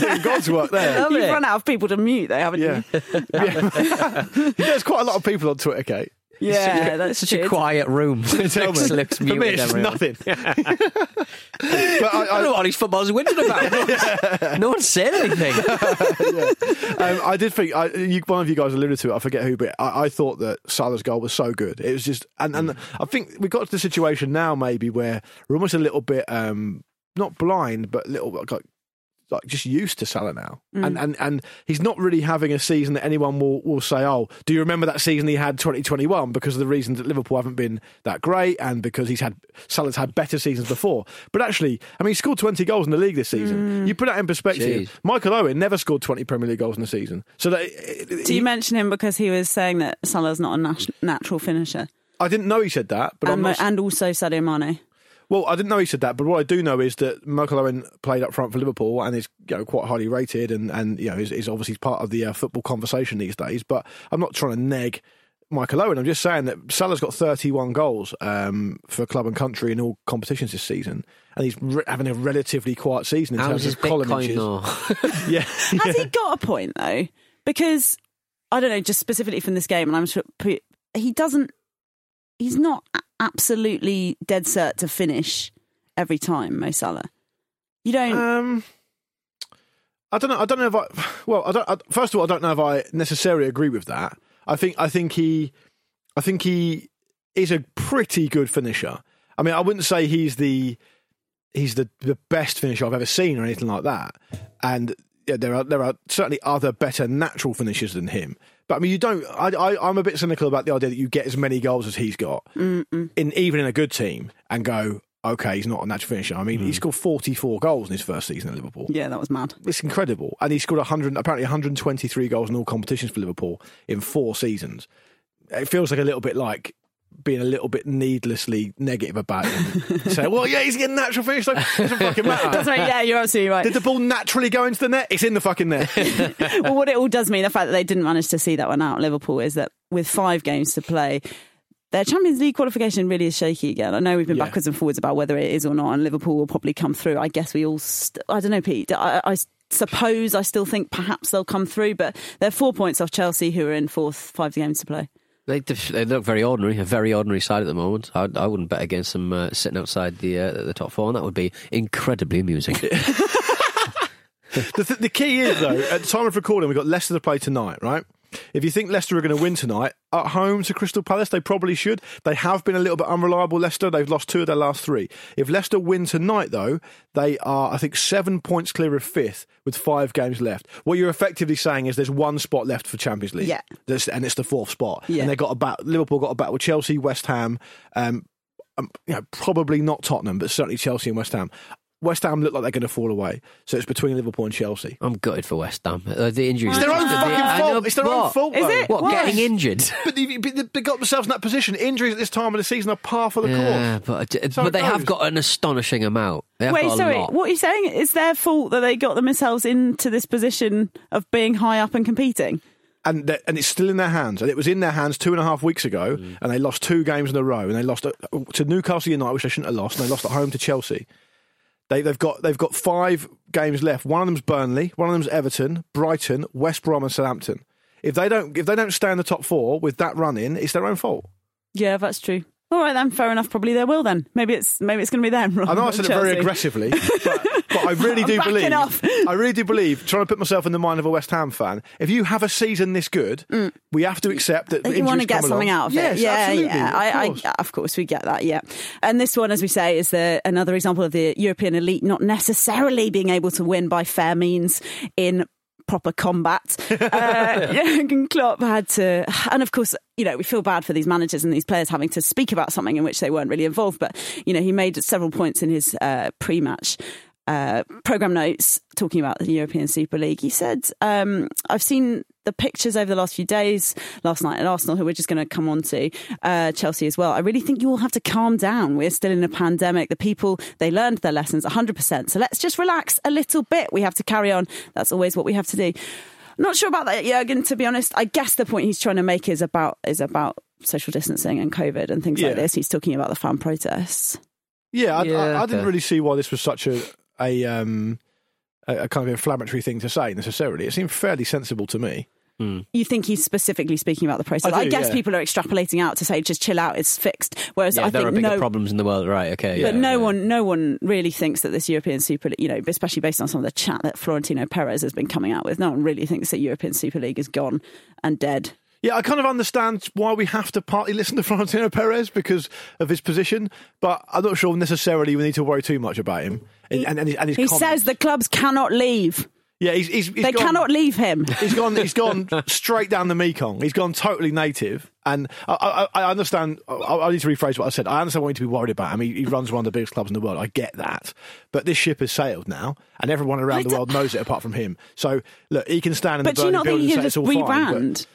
Doing God's work there. Love You've it. run out of people to mute, though, haven't Yeah. you? Yeah. There's quite a lot of people on Twitter, Kate. Yeah, that's such true. a quiet room. Tell me. Just looks For me, muted it's just everyone. nothing. but I, I I- don't know what all these footballers are whinging about. no one said anything. um, I did think I, you, one of you guys alluded to it. I forget who, but I, I thought that Salah's goal was so good. It was just, and, and I think we got to the situation now maybe where we're almost a little bit um, not blind, but little like, like just used to Salah now, and, and and he's not really having a season that anyone will will say, oh, do you remember that season he had twenty twenty one? Because of the reason that Liverpool haven't been that great, and because he's had Salah's had better seasons before. But actually, I mean, he scored twenty goals in the league this season. You put that in perspective. Jeez. Michael Owen never scored 20 Premier League goals in a season. So that, Do you mention him because he was saying that Salah's not a nat- natural finisher, I didn't know he said that, but I'm and, not, and also Sadio Mane? well, I didn't know he said that. But what I do know is that Michael Owen played up front for Liverpool and is you know, quite highly rated, and and you know is, is obviously part of the uh, football conversation these days. But I'm not trying to neg. Michael Owen. I'm just saying that Salah's got 31 goals um, for club and country in all competitions this season, and he's re- having a relatively quiet season in How was terms his of column Bitcoin inches. though? Yeah, Has he got a point though? Because I don't know, just specifically from this game, and I'm sure P- he doesn't. He's not a- absolutely dead cert to finish every time, Mo Salah. You don't. Um, I don't know. I don't know if I. Well, I don't. I, first of all, I don't know if I necessarily agree with that. I think. I think he. I think he is a pretty good finisher. I mean, I wouldn't say he's the he's the, the best finisher I've ever seen or anything like that. And yeah, there are there are certainly other better natural finishers than him. But I mean, you don't. I, I, I'm a bit cynical about the idea that you get as many goals as he's got, in even in a good team, and go, okay, he's not a natural finisher. I mean, he scored 44 goals in his first season at Liverpool. Yeah, that was mad. It's incredible, and he scored 100, apparently 123 goals in all competitions for Liverpool in four seasons. It feels like a little bit like being a little bit needlessly negative about him. Say, well, yeah, he's getting natural finish. Like, doesn't fucking matter. Doesn't it? Yeah, you're absolutely right. Did the ball naturally go into the net? It's in the fucking net. well, what it all does mean, the fact that they didn't manage to see that one out, Liverpool, is that with five games to play, their Champions League qualification really is shaky again. I know we've been Yeah. backwards and forwards about whether it is or not, and Liverpool will probably come through. I guess we all, st- I don't know, Pete. I, I suppose I still think perhaps they'll come through, but they're four points off Chelsea, who are in fourth, five games to play. They, they look very ordinary, a very ordinary side at the moment. I, I wouldn't bet against them uh, sitting outside the uh, the top four, and that would be incredibly amusing. the, th- the key is though, at the time of recording, we've got Leicester to play tonight, right? If you think Leicester are going to win tonight at home to Crystal Palace, they probably should. They have been a little bit unreliable. Leicester, they've lost two of their last three. If Leicester win tonight, though, they are, I think, seven points clear of fifth with five games left. What you're effectively saying is there's one spot left for Champions League, Yeah. That's- and it's the fourth spot. Yeah. And they got a bat- Liverpool got a battle with Chelsea, West Ham, um, um, you know, probably not Tottenham, but certainly Chelsea and West Ham. West Ham look like they're going to fall away, so it's between Liverpool and Chelsea. I'm gutted for West Ham. Uh, the injuries. It's their own the- fucking I fault. know, it's their own what? fault. Is though. it? What, Why? getting injured? But they, but they got themselves in that position. Injuries at this time of the season are par for the Yeah, course. but, uh, So but it they have goes. got an astonishing amount. They have Wait, got a sorry, lot. what are you saying? It's their fault that they got themselves into this position of being high up and competing? And they- and it's still in their hands. And it was in their hands two and a half weeks ago, and they lost two games in a row. And they lost uh, to Newcastle United, which they shouldn't have lost. And they lost at home to Chelsea. They, they've got they've got five games left. One of them's Burnley. One of them's Everton, Brighton, West Brom, and Southampton. If they don't if they don't stay in the top four with that run in, it's their own fault. Yeah, that's true. All right then, fair enough. Probably they will then. Maybe it's maybe it's going to be them. I know I rather said than it very Chelsea. aggressively, but, but I really I'm do backing believe. off. I really do believe. Trying to put myself in the mind of a West Ham fan, if you have a season this good, we have to accept Mm. that That you want to injuries get come something along. out of yes, it. Yeah, absolutely, yeah. of I, course. I, of course, we get that. Yeah. And this one, as we say, is the another example of the European elite not necessarily being able to win by fair means in proper combat. Uh, Jurgen Klopp had to, and of course, you know, we feel bad for these managers and these players having to speak about something in which they weren't really involved. But you know, he made several points in his uh, pre-match uh, program notes talking about the European Super League. He said, um, "I've seen the pictures over the last few days. Last night at Arsenal, who we're just going to come on to, uh, Chelsea as well. I really think you all have to calm down. We're still in a pandemic. The people they learned their lessons 100. percent So let's just relax a little bit. We have to carry on. That's always what we have to do. Not sure about that, Jurgen. To be honest, I guess the point he's trying to make is about is about." Social distancing and COVID and things Yeah. like this. He's talking about the fan protests. yeah, I, I, Yeah, I didn't okay. really see why this was such a a, um, a a kind of inflammatory thing to say necessarily. It seemed fairly sensible to me. Hmm. you think he's specifically speaking about the process. I I, do, guess yeah. people are extrapolating out to say just chill out, it's fixed. Whereas yeah, I there think are bigger no. problems in the world, right? Okay, But yeah, no yeah. one, no one really thinks that this European Super, League, you know, especially based on some of the chat that Florentino Perez has been coming out with, no one really thinks that European Super League is gone and dead. Yeah, I kind of understand why we have to partly listen to Florentino Perez because of his position, but I'm not sure necessarily we need to worry too much about him. And, and, and his, and his He comments. says the clubs cannot leave; "Yeah, he's, he's, he's they gone- cannot leave him. He's gone. He's gone straight down the Mekong. He's gone totally native, and I, I, I understand. I, I need to rephrase what I said. I understand wanting to be worried about him. He, he runs one of the biggest clubs in the world. I get that, but this ship has sailed now, and everyone around the world knows it apart from him. So look, he can stand in But the do you burning not think building he can and say just it's all fine, but- rebrand?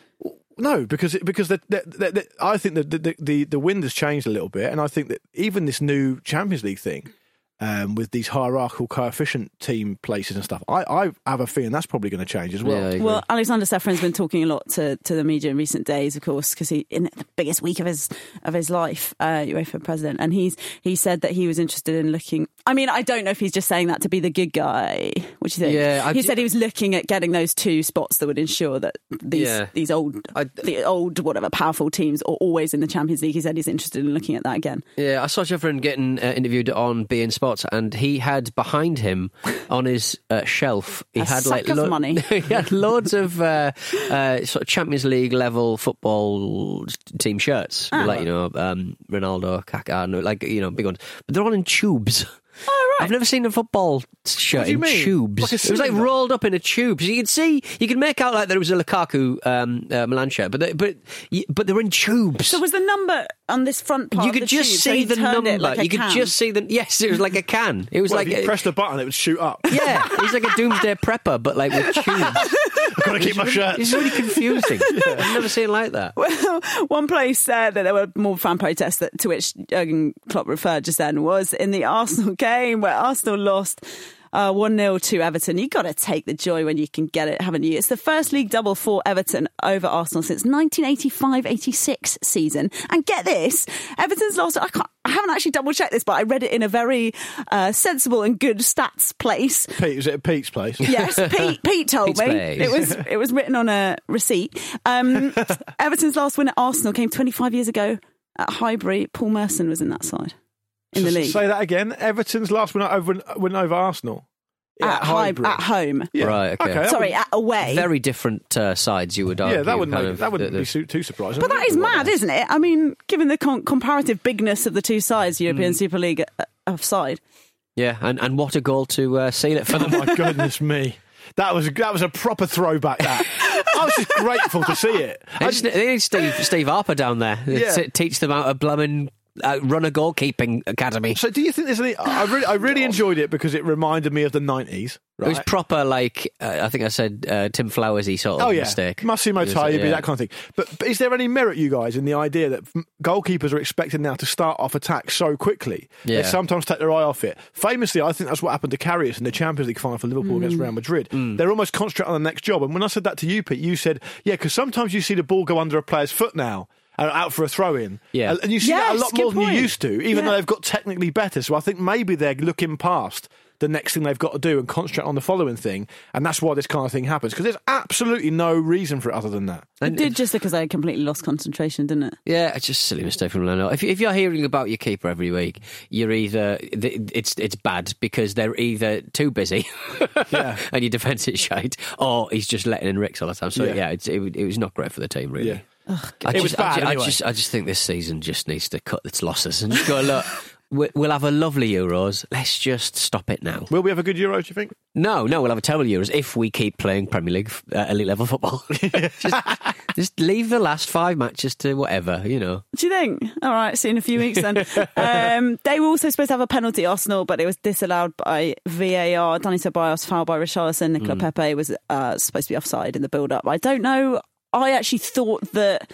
no, because it- because the, the, the, the, I think that the, the- the the wind has changed a little bit, and I think that even this new Champions League thing um, with these hierarchical coefficient team places and stuff, I, I have a feeling that's probably going to change as well. Yeah, I agree. Well, Alexander Safran's been talking a lot to, to the media in recent days, of course, because he in the biggest week of his of his life, uh, UEFA president, and he's he said that he was interested in looking I mean, I don't know if he's just saying that to be the good guy. What do you think? Yeah, I he d- said he was looking at getting those two spots that would ensure that these Yeah. these old I- the old whatever powerful teams are always in the Champions League. He said he's interested in looking at that again. Yeah, I saw Jeffrey getting uh, interviewed on Being Sports, and he had behind him on his uh, shelf, he A had like sack of money. he had loads of uh, uh, sort of Champions League level football team shirts, like you know um, Ronaldo, Kaká, and, like you know big ones, but they're all in tubes. Oh right, I've never seen a football shirt do you in mean? tubes. Like a it was like cylinder? rolled up in a tube. So you could see, you could make out like there was a Lukaku um, uh, Milan shirt, but they, but y- but they're in tubes so was the number on this front part? you of could the just tube, so see he the turned it number. like a you could can? just see the yes. It was like a can. It was Well, like if you a, pressed a button, it would shoot up. yeah. It was like a doomsday prepper, but like with tubes. I've got to keep my shirt. It's really confusing. I've never seen it like that. Well, one place uh, that there were more fan protests that, to which Jurgen Klopp referred just then was in the Arsenal game where Arsenal lost. Uh, 1 0 to Everton. you got to take the joy when you can get it, haven't you? It's the first league double for Everton over Arsenal since 1985 86 season. And get this Everton's lost. I, can't, I haven't actually double checked this, but I read it in a very uh, sensible and good stats place. Pete, was it at Pete's place? Yes, Pete. Pete told Pete's me place. it was it was written on a receipt. Um, Everton's last win at Arsenal came 25 years ago at Highbury. Paul Merson was in that side in the S- league Say that again. Everton's last win over win over Arsenal at, High, Highbury. at home. Yeah. Right, okay. that Sorry, wouldn't- at away. Very different uh, sides. You would argue. yeah, that wouldn't kind make, of- that wouldn't the- be su- too surprising. but would that it? is mad, isn't it? I mean, given the com- comparative bigness of the two sides, European Mm. Super League uh, uh, side. Yeah, and, and what a goal to uh, seal it for Oh them. my goodness me. That was that was a proper throwback. That I was just grateful to see it. They I just- they need Steve Steve Harper down there. Yeah. to teach them how to blummin' uh, run a goalkeeping academy. So, do you think there's any? I really, I really enjoyed it because it reminded me of the '90s. Right? It was proper, like uh, I think I said, uh, Tim Flowersy sort of oh yeah, mistake. Massimo Is it- Taibbi, yeah. that kind of thing. But, but is there any merit, you guys, in the idea that m- goalkeepers are expected now to start off attacks so quickly? They Yeah. sometimes take their eye off it. Famously, I think that's what happened to Carrius in the Champions League final for Liverpool against Real Madrid. Mm. They're almost concentrated on the next job. And when I said that to you, Pete, you said, "Yeah, because sometimes you see the ball go under a player's foot now." And out for a throw in. Yeah. And you see that a Yes, lot good more than you point. used to, even Yeah. though they've got technically better. So I think maybe they're looking past the next thing they've got to do and concentrate on the following thing. And that's why this kind of thing happens because there's absolutely no reason for it other than that. It did just because I completely lost concentration, didn't it? Yeah, it's just a silly mistake from Leno. If, if you're hearing about your keeper every week, you're either th- it's it's bad because they're either too busy, and your defence is shite, or he's just letting in ricks all the time. So Yeah. yeah, it's, it, was- it was not great for the team, really. Yeah. I It was just- I bad ju- I, anyway. just I just think this season just needs to cut its losses and just go look. we- We'll have a lovely Euros. Let's just stop it now. Will we have a good Euro, do you think? No, no, we'll have a terrible Euros if we keep playing Premier League uh, elite level football. just, just leave the last five matches to whatever, you know. Do you think? All right, see you in a few weeks then. um, they were also supposed to have a penalty, Arsenal, but it was disallowed by VAR. Danny Ceballos fouled by Richarlison. Nicola Pepe was uh, supposed to be offside in the build-up. I don't know. I actually thought that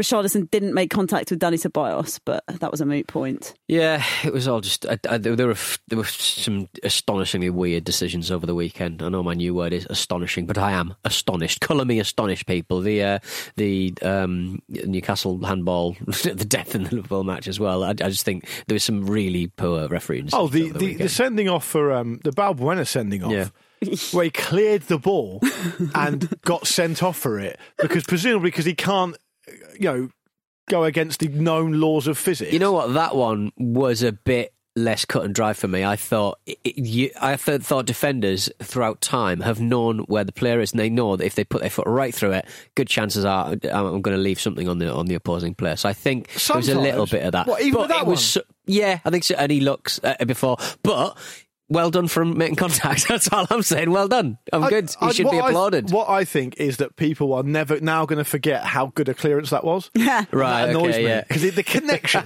Richarlison didn't make contact with Danny Ceballos, but that was a moot point. Yeah, it was all just. I, I, there were f- there were some astonishingly weird decisions over the weekend. I know my new word is astonishing, but I am astonished. Colour me astonished, people. The uh, the um, Newcastle handball, the death in the Liverpool match as well. I, I just think there was some really poor refereeing. decisions Oh, the, the, over the weekend. sending off for um, the Balbuena sending off. Yeah. Where he cleared the ball and got sent off for it because presumably because he can't, you know, go against the known laws of physics. You know what? That one was a bit less cut and dry for me. I thought it, it- you, I th- thought defenders throughout time have known where the player is, and they know that if they put their foot right through it, good chances are I'm, I'm going to leave something on the on the opposing player. So I think there was a Sometimes. little bit of that. What, even but with that it was one? so- yeah, I think so. And he looks uh, before, but. Well done for making contact. That's all I'm saying. Well done. I'm I- good. He I- should what be I- applauded. what I think is that people are never now going to forget how good a clearance that was. Right, that annoys okay, me yeah. because the connection,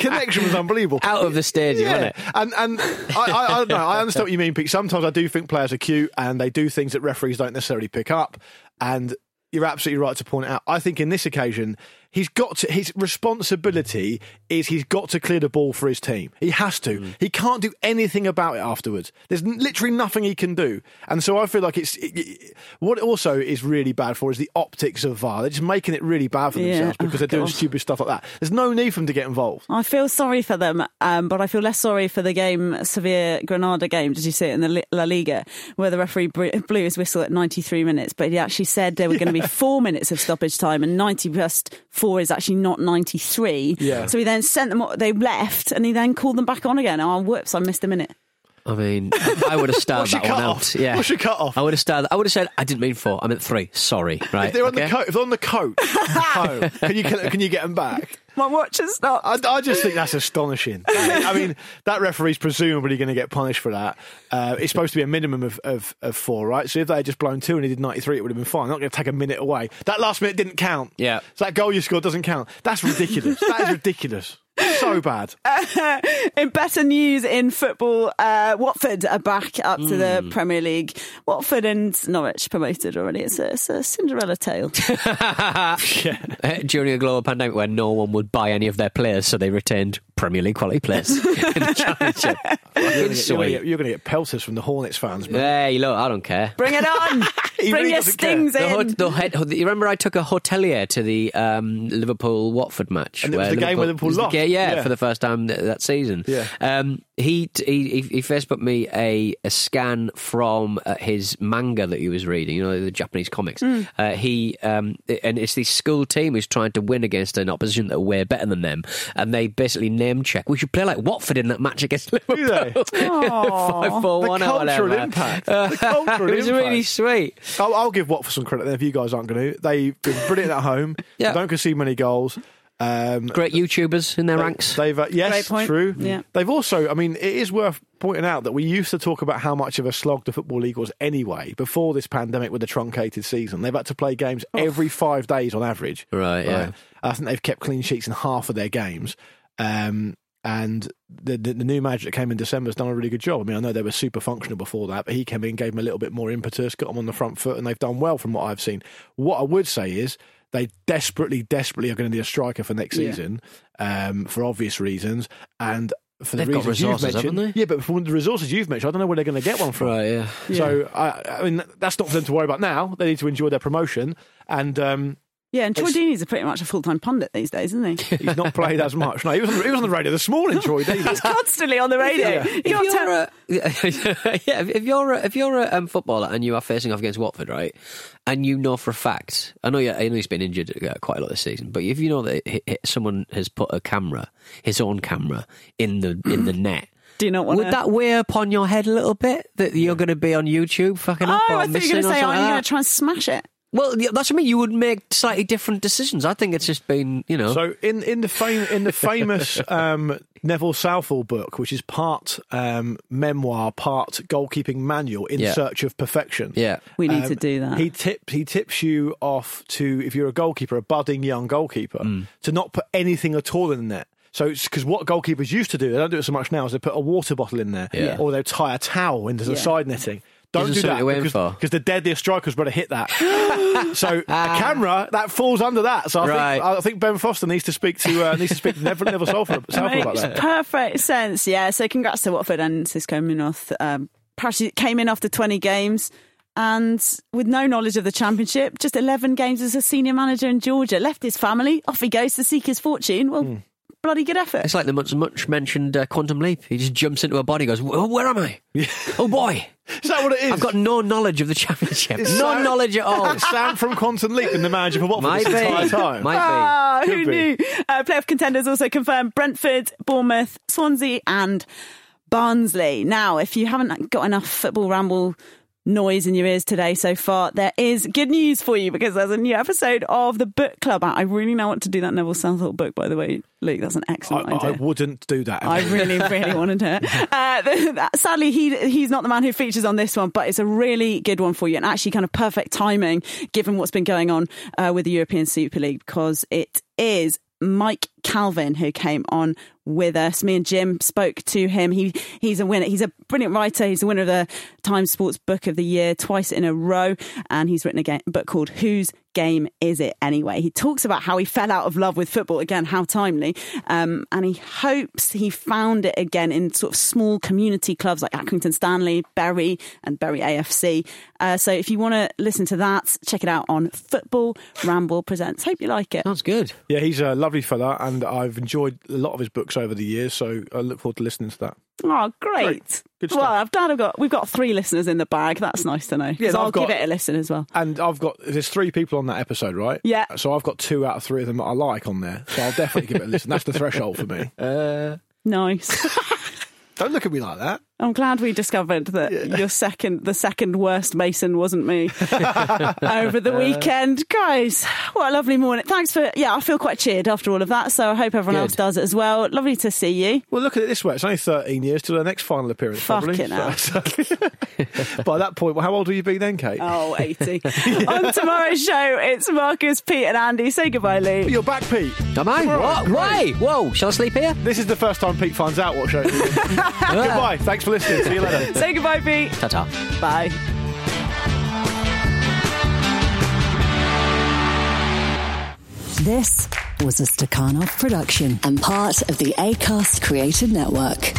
connection was unbelievable. Out of the stadium, yeah. wasn't it? And and I, I, I don't know. I understand what you mean, Pete. Sometimes I do think players are cute and they do things that referees don't necessarily pick up. And you're absolutely right to point it out. I think in this occasion, He's got to. His responsibility is he's got to clear the ball for his team. He has to. He can't do anything about it afterwards. There's n- literally nothing he can do. And so I feel like it's it- it- what it also is really bad for is the optics of VAR. They're just making it really bad for Yeah. themselves because Oh, they're doing God. stupid stuff like that. There's no need for them to get involved. I feel sorry for them, um, but I feel less sorry for the game, Sevilla Granada game. Did you see it in the Li- La Liga, where the referee br- blew his whistle at 93 minutes, but he actually said there were going to be four minutes of stoppage time, and 90 plus four is actually not 93. Yeah. So he then sent them, they left, and he then called them back on again. Oh, whoops, I missed a minute. I mean, I would have starred What's your that one cut out. off? Yeah, What's your cut off? I would have starred. I would have said I didn't mean four. I meant three. Sorry. Right. If they're on okay? the coat, if they're on the coat, home, can you can you get them back? My watch is not. I, I just think that's astonishing. I mean, that referee's presumably going to get punished for that. Uh, it's supposed to be a minimum of, of, of four, right? So if they had just blown two and he did 93, it would have been fine. Not going to take a minute away. That last minute didn't count. Yeah. So that goal you scored doesn't count. That's ridiculous. that is ridiculous. So bad. in better news in football, uh, Watford are back up to the Premier League. Watford and Norwich promoted already. It's a, it's a Cinderella tale. During a global pandemic where no one would buy any of their players, so they retained Premier League quality players in the championship. Good You're going sweet. to get pelters from the Hornets fans. man. Hey, look, I don't care. Bring it on! He Bring really your doesn't care. stings The in. hot, the head, you remember I took a hotelier to the um, Liverpool Watford match, And it was the game where Liverpool it was the lost. ga- yeah, Yeah. for the first time th- that season. Yeah. Um, he, t- he he he Facebooked me a, a scan from uh, his manga that he was reading, you know, the Japanese comics. Hmm. Uh, he um, and it's this school team who's trying to win against an opposition that are way better than them, and they basically name check. We should play like Watford in that match against Liverpool. they? Five, four, The one, or cultural whatever. impact. The cultural it was impact. really sweet. I'll, I'll give Watford some credit then if you guys aren't going to. They've been brilliant at home. Yeah. Don't concede many goals. Um, Great YouTubers in their ranks. They've uh, yes, Great point. true. Yeah. They've also, I mean, it is worth pointing out that we used to talk about how much of a slog the football league was anyway before this pandemic with the truncated season. They've had to play games every five days on average. Oh. Right, yeah. I think they've kept clean sheets in half of their games. Um, and the, the the new manager that came in December has done a really good job. I mean, I know they were super functional before that, but he came in, gave them a little bit more impetus, got them on the front foot, and they've done well from what I've seen. What I would say is they desperately, desperately are going to need a striker for next Yeah. season um, for obvious reasons. And for the They've got reasons resources, you've haven't mentioned, yeah, but for the resources you've mentioned, I don't know where they're going to get one from. Right, yeah. So I, I mean, that's not for them to worry about now. They need to enjoy their promotion, and um, yeah, and Troy Deeney's a pretty much a full time pundit these days, isn't he? he's not played as much. No, he was on the, he was on the radio this morning, Troy. Deeney. He's constantly on the radio. Yeah. You if can't you're, tell- a, yeah, if you're a, if you're a um, footballer and you are facing off against Watford, right, and you know for a fact, I know, you, I know he's been injured uh, quite a lot this season, but if you know that h- h- someone has put a camera, his own camera, in the in the net. Do you not want Would to? that weigh upon your head a little bit that you're going to be on YouTube fucking Oh, up? or I thought you were missing going to or say, something I'm like going that? to try and smash it. Well, yeah, that's what I mean. You would make slightly different decisions. I think it's just been, you know. So in in the fame in the famous um, Neville Southall book, which is part um, memoir, part goalkeeping manual, in Yeah. search of perfection. yeah. We need Um, to do that. He tips he tips you off to if you're a goalkeeper, a budding young goalkeeper, Mm. to not put anything at all in the net. So it's because what goalkeepers used to do, they don't do it so much now, is they put a water bottle in there Yeah. or they tie a towel into the Yeah. side netting. Don't them do something that to aim because, for. Ah. because the deadliest striker's better hit that. so a camera that falls under that. So I, Right. think, I think Ben Foster needs to speak to uh, needs to speak to Neville, Neville Southall Southall about Makes that. perfect sense. Yeah. So congrats to Watford and Cisco Munoz. Um, parachute came in after 20 games and with no knowledge of the championship, just 11 games as a senior manager in Georgia, left his family, off he goes to seek his fortune. Hmm. Well, bloody good effort. It's like the much, much mentioned uh, quantum leap. He just jumps into a body, goes, "Wh- "Where am I? Oh boy, Is that what it is? I've got no knowledge of the championship. no It's so- knowledge at all." It's Sam from Quantum Leap and the manager for Watford Might this entire be, time. might Ah, Could who be. knew? Uh, playoff contenders also confirmed Brentford, Bournemouth, Swansea, and Barnsley. Now, if you haven't got enough football ramble noise in your ears today so far, there is good news for you because there's a new episode of the book club out. I really now want to do that Neville Southall book, by the way, Luke. That's an excellent I, I idea. wouldn't do that. I really, really wanted it. Uh, th- that- sadly, he he's not the man who features on this one, but it's a really good one for you, and actually kind of perfect timing given what's been going on uh, with the European Super League because it is Mike Calvin who came on with us. Me and Jim spoke to him. He he's a winner. He's a brilliant writer. He's the winner of the Times Sports Book of the Year twice in a row, and he's written a game, a book called Whose Game Is It Anyway? He talks about how he fell out of love with football again. How timely! Um, and he hopes he found it again in sort of small community clubs like Accrington Stanley, Bury, and Bury AFC. Uh, so if you want to listen to that, check it out on Football Ramble Presents. Hope you like it. Sounds good. Yeah, he's a lovely fella, and I've enjoyed a lot of his books over the years. So I look forward to listening to that. Oh, great. Great. Good well, stuff. I've done. I've got. We've got three listeners in the bag. That's nice to know. 'cause Yeah, and I'll I've got- give it a listen as well. And I've got there's three people on that episode, right? Yeah. So I've got two out of three of them that I like on there. So I'll definitely give it a listen. That's the threshold for me. Uh, Nice. Don't look at me like that. I'm glad we discovered that your second, the second worst Mason wasn't me over the weekend, guys. What a lovely morning. Thanks for. Yeah, I feel quite cheered after all of that. So I hope everyone Good. else does as well. Lovely to see you. Well, look at it this way: it's only 13 years till their next final appearance. probably. Fucking hell. So- so- By that point, well, how old will you be then, Kate? Oh, 80. On tomorrow's show, it's Marcus, Pete, and Andy. Say goodbye, Lee. You're back, Pete. Am I? What? Why? Whoa! Shall I sleep here? This is the first time Pete finds out what show. he's in. Goodbye. Thanks for listening. See you later. Say goodbye, Pete. Ta ta. Bye. This was a Stakhanov production and part of the ACAST Creative Network.